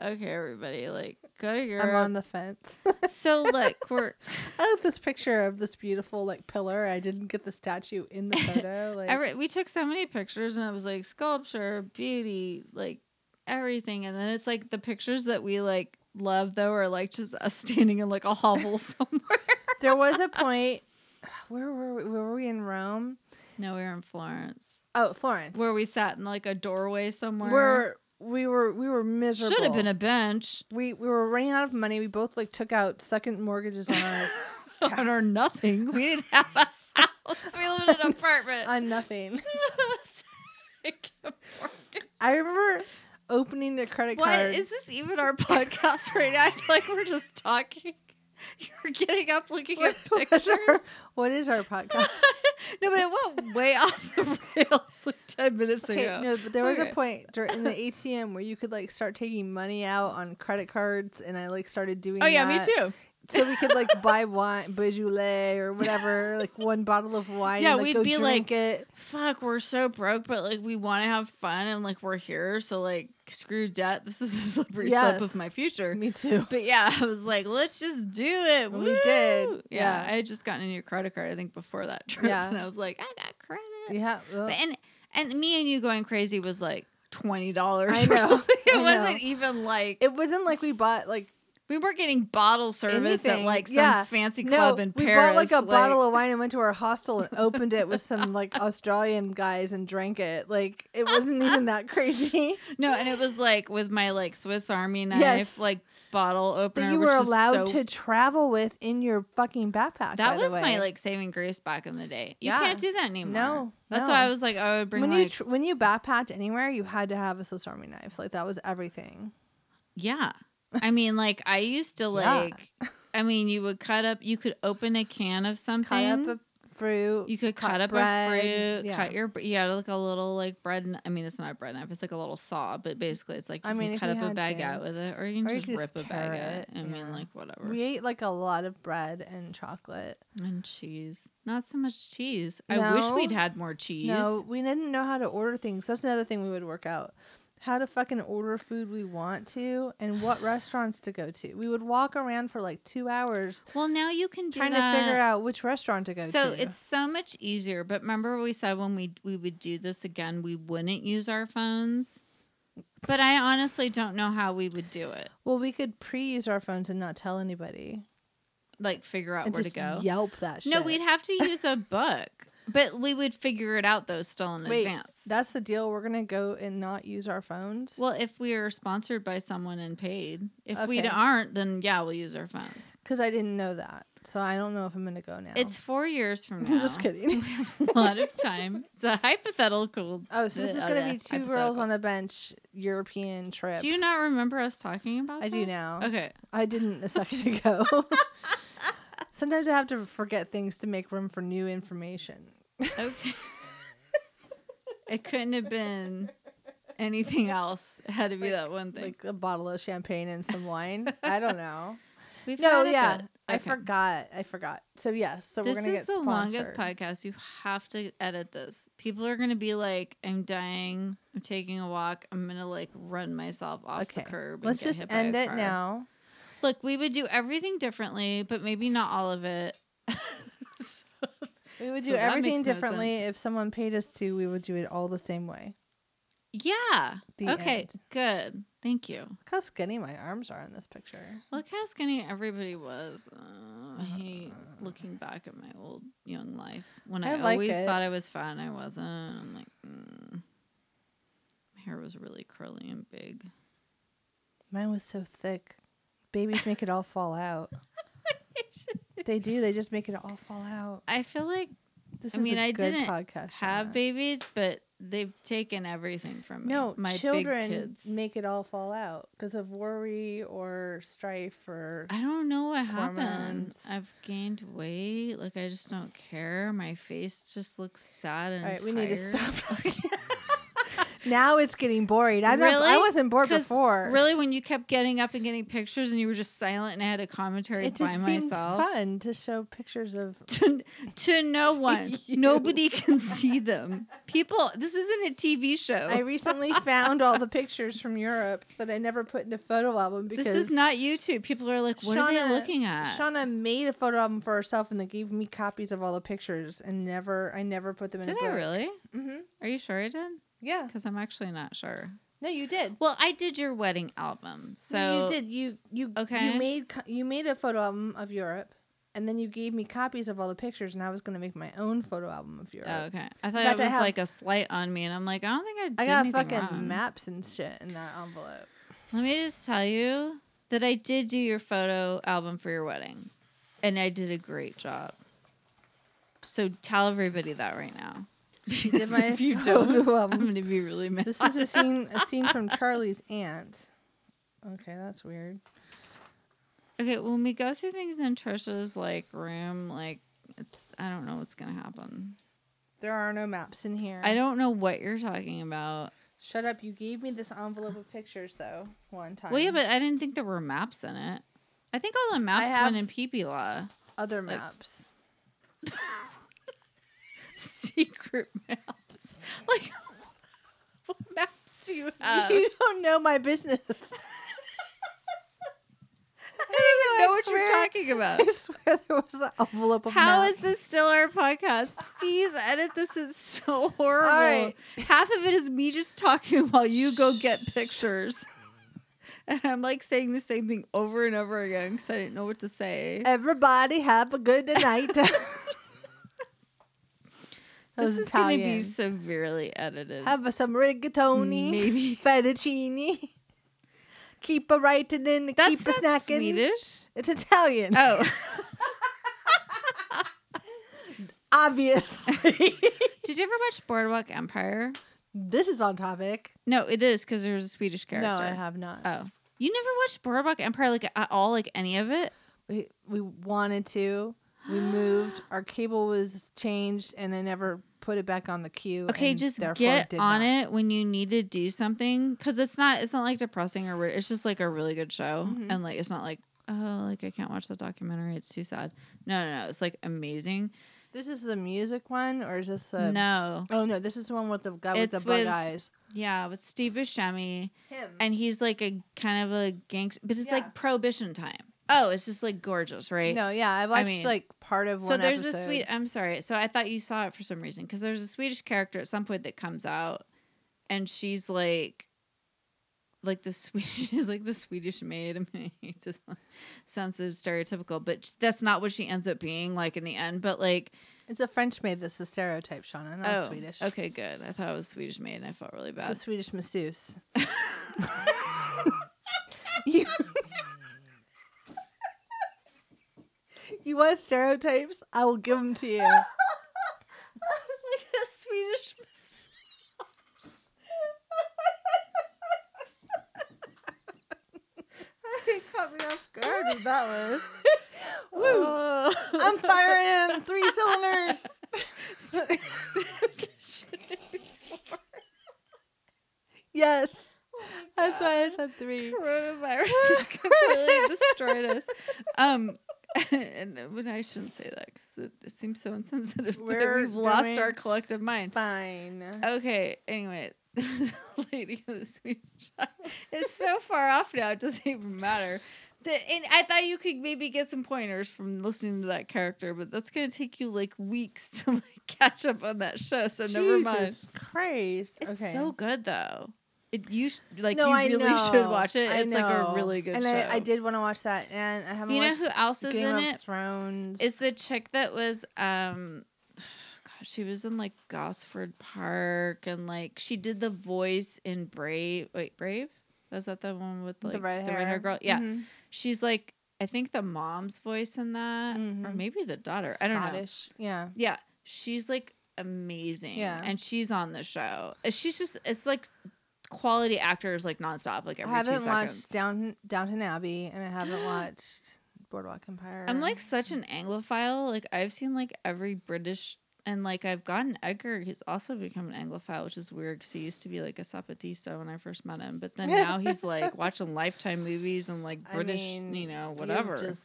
Speaker 2: Okay, everybody, like go to Europe.
Speaker 3: I'm on the fence.
Speaker 2: so look, we're
Speaker 3: I like Oh, this picture of this beautiful like pillar. I didn't get the statue in the photo. Like
Speaker 2: every, we took so many pictures, and it was like sculpture, beauty, like everything, and then it's like the pictures that we like love though are like just us standing in like a hovel somewhere.
Speaker 3: there was a point. Where were we? Were we in Rome?
Speaker 2: no, we were in Florence,
Speaker 3: Oh, Florence.
Speaker 2: where we sat in like a doorway somewhere.
Speaker 3: where we were we were miserable.
Speaker 2: should have been a bench
Speaker 3: we we were running out of money. We both like took out second mortgages on our,
Speaker 2: on our nothing. We didn't have a house. We lived in an apartment.
Speaker 3: on nothing.
Speaker 2: Like,
Speaker 3: I remember opening the credit
Speaker 2: Why
Speaker 3: card.
Speaker 2: is this even our podcast right now? I feel like we're just talking. You're getting up looking at
Speaker 3: What is our-
Speaker 2: pictures.
Speaker 3: what is our podcast?
Speaker 2: No, but it went way off the rails like 10 minutes
Speaker 3: Okay,
Speaker 2: ago.
Speaker 3: no, but there was a
Speaker 2: Okay.
Speaker 3: point dur- in the ATM where you could like start taking money out on credit cards, and I like started doing.
Speaker 2: Oh, yeah, me
Speaker 3: that.
Speaker 2: too.
Speaker 3: So we could like buy wine, Beaujolais or whatever, like one bottle of wine.
Speaker 2: Yeah,
Speaker 3: and, like,
Speaker 2: we'd
Speaker 3: go
Speaker 2: be
Speaker 3: drink
Speaker 2: like-
Speaker 3: it.
Speaker 2: Fuck, we're so broke, but like we want to have fun and like we're here. So, like, screw debt. This was the slippery
Speaker 3: Yes.
Speaker 2: slope of my future.
Speaker 3: Me too.
Speaker 2: But yeah, I was like, let's just do it.
Speaker 3: And we did.
Speaker 2: Woo! Yeah,
Speaker 3: Yeah.
Speaker 2: I had just gotten a new credit card, I think, before that trip.
Speaker 3: Yeah.
Speaker 2: And I was like, I got credit.
Speaker 3: Yeah. well,
Speaker 2: But, and and me and you going crazy was like twenty dollars
Speaker 3: I
Speaker 2: or
Speaker 3: know,
Speaker 2: something. It
Speaker 3: I
Speaker 2: wasn't
Speaker 3: know.
Speaker 2: even like
Speaker 3: it wasn't like we bought like
Speaker 2: we were getting bottle service
Speaker 3: anything.
Speaker 2: at like some
Speaker 3: yeah.
Speaker 2: fancy
Speaker 3: No,
Speaker 2: club in
Speaker 3: we
Speaker 2: Paris.
Speaker 3: bought like a bottle of wine and went to our hostel and opened it with some like Australian guys and drank it. Like it wasn't even that crazy.
Speaker 2: No, and it was like with my like Swiss Army knife,
Speaker 3: Yes.
Speaker 2: like bottle opener.
Speaker 3: that you
Speaker 2: which
Speaker 3: were
Speaker 2: was so
Speaker 3: allowed to travel with in your fucking backpack. by
Speaker 2: That
Speaker 3: the
Speaker 2: was my
Speaker 3: way.
Speaker 2: like saving grace back in the day. You
Speaker 3: Yeah.
Speaker 2: can't do that anymore.
Speaker 3: No,
Speaker 2: that's
Speaker 3: no.
Speaker 2: why I was like, "Oh, I would bring
Speaker 3: when
Speaker 2: like
Speaker 3: you tr- when you backpacked anywhere, you had to have a Swiss Army knife. Like that was everything.
Speaker 2: Yeah. I mean, like I used to
Speaker 3: Yeah.
Speaker 2: like. I mean, you would cut up. You could open a can of something.
Speaker 3: Cut up a fruit.
Speaker 2: you could cut, up
Speaker 3: bread,
Speaker 2: a fruit.
Speaker 3: yeah.
Speaker 2: Cut your. You had like a little like bread. kn- I mean, it's not a bread knife. It's like a little saw, but basically, it's like you
Speaker 3: I mean,
Speaker 2: can
Speaker 3: if
Speaker 2: cut
Speaker 3: you
Speaker 2: up a
Speaker 3: had
Speaker 2: bag
Speaker 3: to.
Speaker 2: out with it, or you can
Speaker 3: Or you
Speaker 2: just
Speaker 3: could
Speaker 2: rip
Speaker 3: just
Speaker 2: a bag
Speaker 3: tear
Speaker 2: out.
Speaker 3: it,
Speaker 2: I mean,
Speaker 3: yeah.
Speaker 2: like whatever.
Speaker 3: We ate like a lot of bread and chocolate.
Speaker 2: and cheese. Not so much cheese. I wish
Speaker 3: No.
Speaker 2: we'd had more cheese.
Speaker 3: No, we didn't know how to order things. That's another thing we would work out. How to fucking order food we want to and what restaurants to go to. We would walk around for like two hours
Speaker 2: Well, now you can do
Speaker 3: trying
Speaker 2: that.
Speaker 3: to figure out which restaurant to go
Speaker 2: So
Speaker 3: to.
Speaker 2: it's so much easier. But remember, we said when we we would do this again, we wouldn't use our phones. But I honestly don't know how we would do it.
Speaker 3: well, we could pre-use our phones and not tell anybody.
Speaker 2: Like figure out
Speaker 3: and
Speaker 2: where to
Speaker 3: just
Speaker 2: go.
Speaker 3: Yelp that shit.
Speaker 2: no, we'd have to use a book. But we would figure it out though, still in
Speaker 3: Wait,
Speaker 2: advance.
Speaker 3: That's the deal. We're gonna go and not use our phones.
Speaker 2: well, if we are sponsored by someone and paid, if we
Speaker 3: Okay.
Speaker 2: aren't, then yeah, we'll use our phones.
Speaker 3: because I didn't know that, so I don't know if I'm gonna go now.
Speaker 2: It's four years from now.
Speaker 3: I'm Oh. just kidding.
Speaker 2: A lot of time. It's a hypothetical.
Speaker 3: Oh, so this is
Speaker 2: Oh,
Speaker 3: gonna
Speaker 2: yeah,
Speaker 3: be two girls
Speaker 2: hypothetical.
Speaker 3: on a bench European trip.
Speaker 2: Do you not remember us talking about?
Speaker 3: I do
Speaker 2: that?
Speaker 3: now.
Speaker 2: Okay.
Speaker 3: I didn't a second ago. Sometimes I have to forget things to make room for new information.
Speaker 2: Okay. it couldn't have been anything else. It had to be that one thing.
Speaker 3: like a bottle of champagne and some wine. I don't know.
Speaker 2: We've
Speaker 3: No,
Speaker 2: had a
Speaker 3: yeah,
Speaker 2: bit.
Speaker 3: I
Speaker 2: Okay.
Speaker 3: forgot. I forgot. So yes, so
Speaker 2: This
Speaker 3: we're gonna
Speaker 2: is
Speaker 3: get
Speaker 2: the longest
Speaker 3: sponsored.
Speaker 2: podcast. You have to edit this. People are gonna be like, "I'm dying. I'm taking a walk. I'm gonna like run myself off
Speaker 3: Okay,
Speaker 2: the curb." and
Speaker 3: let's
Speaker 2: get
Speaker 3: just
Speaker 2: hit by a
Speaker 3: end it
Speaker 2: car."
Speaker 3: now.
Speaker 2: Look, we would do everything differently, but maybe not all of it.
Speaker 3: We would
Speaker 2: So
Speaker 3: do
Speaker 2: that
Speaker 3: everything
Speaker 2: makes no
Speaker 3: differently. if someone paid us to, we would do it all the same way.
Speaker 2: Yeah.
Speaker 3: The
Speaker 2: okay.
Speaker 3: end.
Speaker 2: Good. Thank you.
Speaker 3: Look how skinny my arms are in this picture.
Speaker 2: Look how skinny everybody was. Uh, I hate looking back at my old young life when
Speaker 3: I
Speaker 2: I,
Speaker 3: like
Speaker 2: always
Speaker 3: it.
Speaker 2: thought I was fat and I wasn't. I'm like, mm. my hair was really curly and big.
Speaker 3: Mine was so thick. Babies make it all fall out. they do. They just make it all fall out.
Speaker 2: I feel like
Speaker 3: This
Speaker 2: I
Speaker 3: is
Speaker 2: mean,
Speaker 3: a
Speaker 2: I
Speaker 3: good
Speaker 2: didn't
Speaker 3: podcast.
Speaker 2: have
Speaker 3: Shana.
Speaker 2: babies, but they've taken everything from me.
Speaker 3: No,
Speaker 2: my
Speaker 3: children
Speaker 2: big kids.
Speaker 3: make it all fall out because of worry or strife or
Speaker 2: I don't know what happened.
Speaker 3: hormones.
Speaker 2: I've gained weight. Like I just don't care. My face just looks sad and
Speaker 3: All right, we need to
Speaker 2: tired.
Speaker 3: stop. now it's getting boring. I'm not, I
Speaker 2: Really?
Speaker 3: wasn't bored
Speaker 2: 'Cause
Speaker 3: before.
Speaker 2: Really, when you kept getting up and getting pictures, and you were just silent, and I had a commentary
Speaker 3: it just
Speaker 2: by
Speaker 3: seemed
Speaker 2: myself
Speaker 3: fun to show pictures of.
Speaker 2: to to no one.
Speaker 3: you.
Speaker 2: Nobody can see them. People, this isn't a TV show.
Speaker 3: I recently found all the pictures from Europe that I never put in a photo album because
Speaker 2: this is not YouTube. People are like, what are they
Speaker 3: Shauna-
Speaker 2: looking at?
Speaker 3: Shauna made a photo album for herself and they gave me copies of all the pictures and never I never put them in.
Speaker 2: did
Speaker 3: a
Speaker 2: I
Speaker 3: book.
Speaker 2: really?
Speaker 3: Mhm.
Speaker 2: Are you sure I did?
Speaker 3: Yeah.
Speaker 2: Because I'm actually not sure.
Speaker 3: No, you did.
Speaker 2: Well, I did your wedding album, so
Speaker 3: No, you did. You you
Speaker 2: Oh, Okay.
Speaker 3: You made co- you made a photo album of Europe, and then you gave me copies of all the pictures, and I was going to make my own photo album of Europe.
Speaker 2: Oh, okay. I thought
Speaker 3: fact,
Speaker 2: it
Speaker 3: I
Speaker 2: was
Speaker 3: have-
Speaker 2: like a slight on me, and I'm like, I don't think I did
Speaker 3: I got
Speaker 2: anything
Speaker 3: fucking
Speaker 2: wrong.
Speaker 3: maps and shit in that envelope.
Speaker 2: Let me just tell you that I did do your photo album for your wedding, and I did a great job. So tell everybody that right now.
Speaker 3: You did my
Speaker 2: if you
Speaker 3: photo
Speaker 2: don't, I'm
Speaker 3: album.
Speaker 2: going to be really mad.
Speaker 3: This is a scene a scene from Charlie's aunt. Okay, that's weird.
Speaker 2: Okay, when we go through things in Trisha's like room, like it's I don't know what's going to happen.
Speaker 3: There are no maps in here.
Speaker 2: I don't know what you're talking about.
Speaker 3: Shut up. You gave me this envelope of pictures though one time.
Speaker 2: Well, yeah, but I didn't think there were maps in it. I think all the maps
Speaker 3: have-
Speaker 2: went in PP Law.
Speaker 3: other maps.
Speaker 2: secret maps. Like, what maps do
Speaker 3: Uh,
Speaker 2: you have?
Speaker 3: you don't know my business. I don't
Speaker 2: I
Speaker 3: even
Speaker 2: know what you're talking about.
Speaker 3: I swear there was an envelope of
Speaker 2: How
Speaker 3: maps.
Speaker 2: is this still our podcast? Please edit this. It's so horrible.
Speaker 3: All right.
Speaker 2: Half of it is me just talking while you go get pictures. And I'm like saying the same thing over and over again because I didn't know what to say.
Speaker 3: Everybody have a good night.
Speaker 2: This is going to be severely edited.
Speaker 3: Have some rigatoni,
Speaker 2: Maybe.
Speaker 3: fettuccine. Keep a writing in.
Speaker 2: That's
Speaker 3: keep a
Speaker 2: not
Speaker 3: snacking.
Speaker 2: Swedish.
Speaker 3: It's Italian,
Speaker 2: Oh,
Speaker 3: obviously.
Speaker 2: did you ever watch Boardwalk Empire?
Speaker 3: this is on topic.
Speaker 2: No, it is because there's a Swedish character.
Speaker 3: No, I have not.
Speaker 2: Oh, you never watched Boardwalk Empire like at all, like any of it?
Speaker 3: we we wanted to. We moved. Our cable was changed, and I never put it back on the queue.
Speaker 2: Okay,
Speaker 3: and
Speaker 2: just
Speaker 3: therefore
Speaker 2: get
Speaker 3: did
Speaker 2: on
Speaker 3: not.
Speaker 2: it when you need to do something because it's not it's not like depressing or weird. It's just like a really good show,
Speaker 3: Mm-hmm.
Speaker 2: and like it's not like oh like I can't watch the documentary. It's too sad. No, no, no. It's like amazing.
Speaker 3: This is the music one, or is this the?
Speaker 2: no,
Speaker 3: Oh no, this is the one with the guy with
Speaker 2: It's
Speaker 3: the bug
Speaker 2: with-
Speaker 3: eyes.
Speaker 2: yeah, with Steve Buscemi,
Speaker 3: Him.
Speaker 2: and he's like a kind of a gangster, but it's
Speaker 3: Yeah.
Speaker 2: like Prohibition time. Oh, it's just like gorgeous, right?
Speaker 3: No, yeah, I watched
Speaker 2: mean-
Speaker 3: like part of one.
Speaker 2: So there's a
Speaker 3: episode.
Speaker 2: Swedish. I'm sorry. So I thought you saw it for some reason because there's a Swedish character at some point that comes out, and she's like, like the Swedish is like the Swedish maid. I mean, it just sounds so stereotypical, but sh- that's not what she ends up being like in the end. But like,
Speaker 3: It's a French maid. That's the stereotype, Shauna. Not
Speaker 2: oh,
Speaker 3: Swedish.
Speaker 2: okay, good. I thought it was Swedish maid, and I felt really
Speaker 3: It's a
Speaker 2: bad.
Speaker 3: Swedish masseuse. you, you want stereotypes? I will give them to you.
Speaker 2: like a Swedish.
Speaker 3: It caught me off guard with that one. Woo! I'm firing three cylinders. Yes. That's why I said three.
Speaker 2: Coronavirus has completely destroyed us. Um, and when I shouldn't say that because it, it seems so insensitive. that
Speaker 3: We're
Speaker 2: we've lost
Speaker 3: doing-
Speaker 2: our collective mind.
Speaker 3: Fine.
Speaker 2: Okay. Anyway, there was a lady with a Swedish shot. It's so far off now; it doesn't even matter. The- and I thought you could maybe get some pointers from listening to that character, but that's gonna take you like weeks to like catch up on that show. So never mind.
Speaker 3: Jesus Christ.
Speaker 2: It's
Speaker 3: okay.
Speaker 2: so good though. It you sh- like
Speaker 3: no,
Speaker 2: you
Speaker 3: I
Speaker 2: really
Speaker 3: know.
Speaker 2: should watch it.
Speaker 3: I
Speaker 2: It's like a
Speaker 3: know.
Speaker 2: really good
Speaker 3: and
Speaker 2: show.
Speaker 3: I, I did want to watch that, and I haven't
Speaker 2: You know
Speaker 3: watched
Speaker 2: who else is
Speaker 3: Game
Speaker 2: in
Speaker 3: of
Speaker 2: it?
Speaker 3: Thrones.
Speaker 2: Is the chick that was um God, she was in like Gosford Park and like she did the voice in Brave wait, Brave? Is that the one with like
Speaker 3: the red hair
Speaker 2: girl? Yeah.
Speaker 3: Mhm.
Speaker 2: She's like I think the mom's voice in that or
Speaker 3: Mhm.
Speaker 2: maybe the daughter. I don't know.
Speaker 3: Scottish. Yeah.
Speaker 2: Yeah. She's like amazing.
Speaker 3: Yeah.
Speaker 2: And she's on the show. Uh, She's just it's like quality actors like nonstop, like every
Speaker 3: I
Speaker 2: two
Speaker 3: haven't
Speaker 2: seconds.
Speaker 3: watched Down, Downton Abbey, and I haven't watched Boardwalk Empire.
Speaker 2: I'm like such an Anglophile. Like I've seen like every British and like I've gotten Edgar. He's also become an Anglophile, which is weird because he used to be like a Sapatista when I first met him, but then now he's like watching Lifetime movies and like
Speaker 3: I
Speaker 2: British,
Speaker 3: mean,
Speaker 2: you know,
Speaker 3: you
Speaker 2: whatever.
Speaker 3: just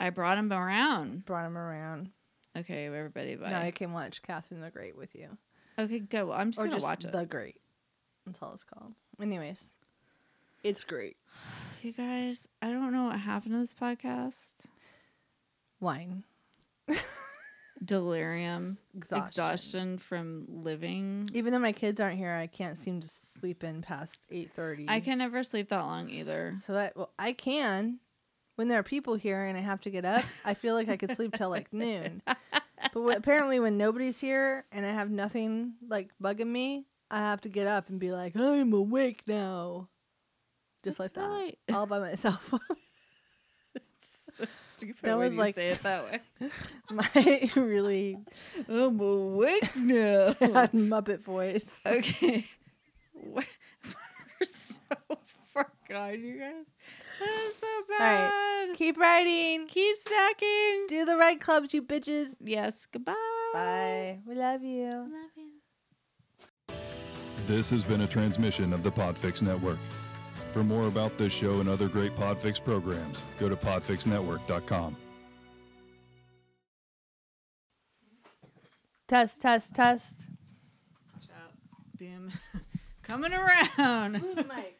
Speaker 2: I brought him around.
Speaker 3: brought him around.
Speaker 2: Okay, everybody, bye.
Speaker 3: Now I can watch Catherine the Great with you,
Speaker 2: okay, good. Well, I'm just
Speaker 3: or
Speaker 2: gonna
Speaker 3: just
Speaker 2: watch it.
Speaker 3: the Great. That's all it's called. Anyways, it's great.
Speaker 2: you guys, I don't know what happened to this podcast.
Speaker 3: Wine,
Speaker 2: Delirium,
Speaker 3: exhaustion.
Speaker 2: exhaustion from living.
Speaker 3: Even though my kids aren't here, I can't seem to sleep in past eight thirty.
Speaker 2: I can never sleep that long either.
Speaker 3: So that well, I can. When there are people here and I have to get up, I feel like I could sleep till like noon. But wh- apparently, when nobody's here and I have nothing like bugging me, I have to get up and be like, I'm awake now. Just
Speaker 2: That's
Speaker 3: like that,
Speaker 2: right.
Speaker 3: all by myself.
Speaker 2: So stupid
Speaker 3: That
Speaker 2: when
Speaker 3: was
Speaker 2: you
Speaker 3: like-
Speaker 2: say it that way.
Speaker 3: my really
Speaker 2: I'm awake now.
Speaker 3: bad Muppet voice.
Speaker 2: okay. What- We're so far gone, you guys. That is so bad.
Speaker 3: right. Keep writing.
Speaker 2: Keep snacking.
Speaker 3: Do the right clubs, you bitches.
Speaker 2: Yes, goodbye.
Speaker 3: Bye. We love you.
Speaker 2: Love you.
Speaker 1: This has been a transmission of the Podfix Network. For more about this show and other great Podfix programs, go to podfixnetwork.com.
Speaker 3: Test, test, test.
Speaker 2: Watch out. Boom. Coming around.
Speaker 3: mic.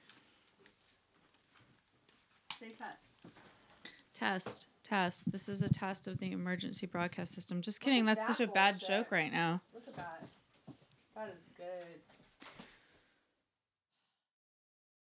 Speaker 3: Say test.
Speaker 2: test. Test. This is a test of the emergency broadcast system. Just kidding.
Speaker 3: is
Speaker 2: That's
Speaker 3: that
Speaker 2: such a bad
Speaker 3: bullshit?
Speaker 2: joke right now.
Speaker 3: Look at that. That is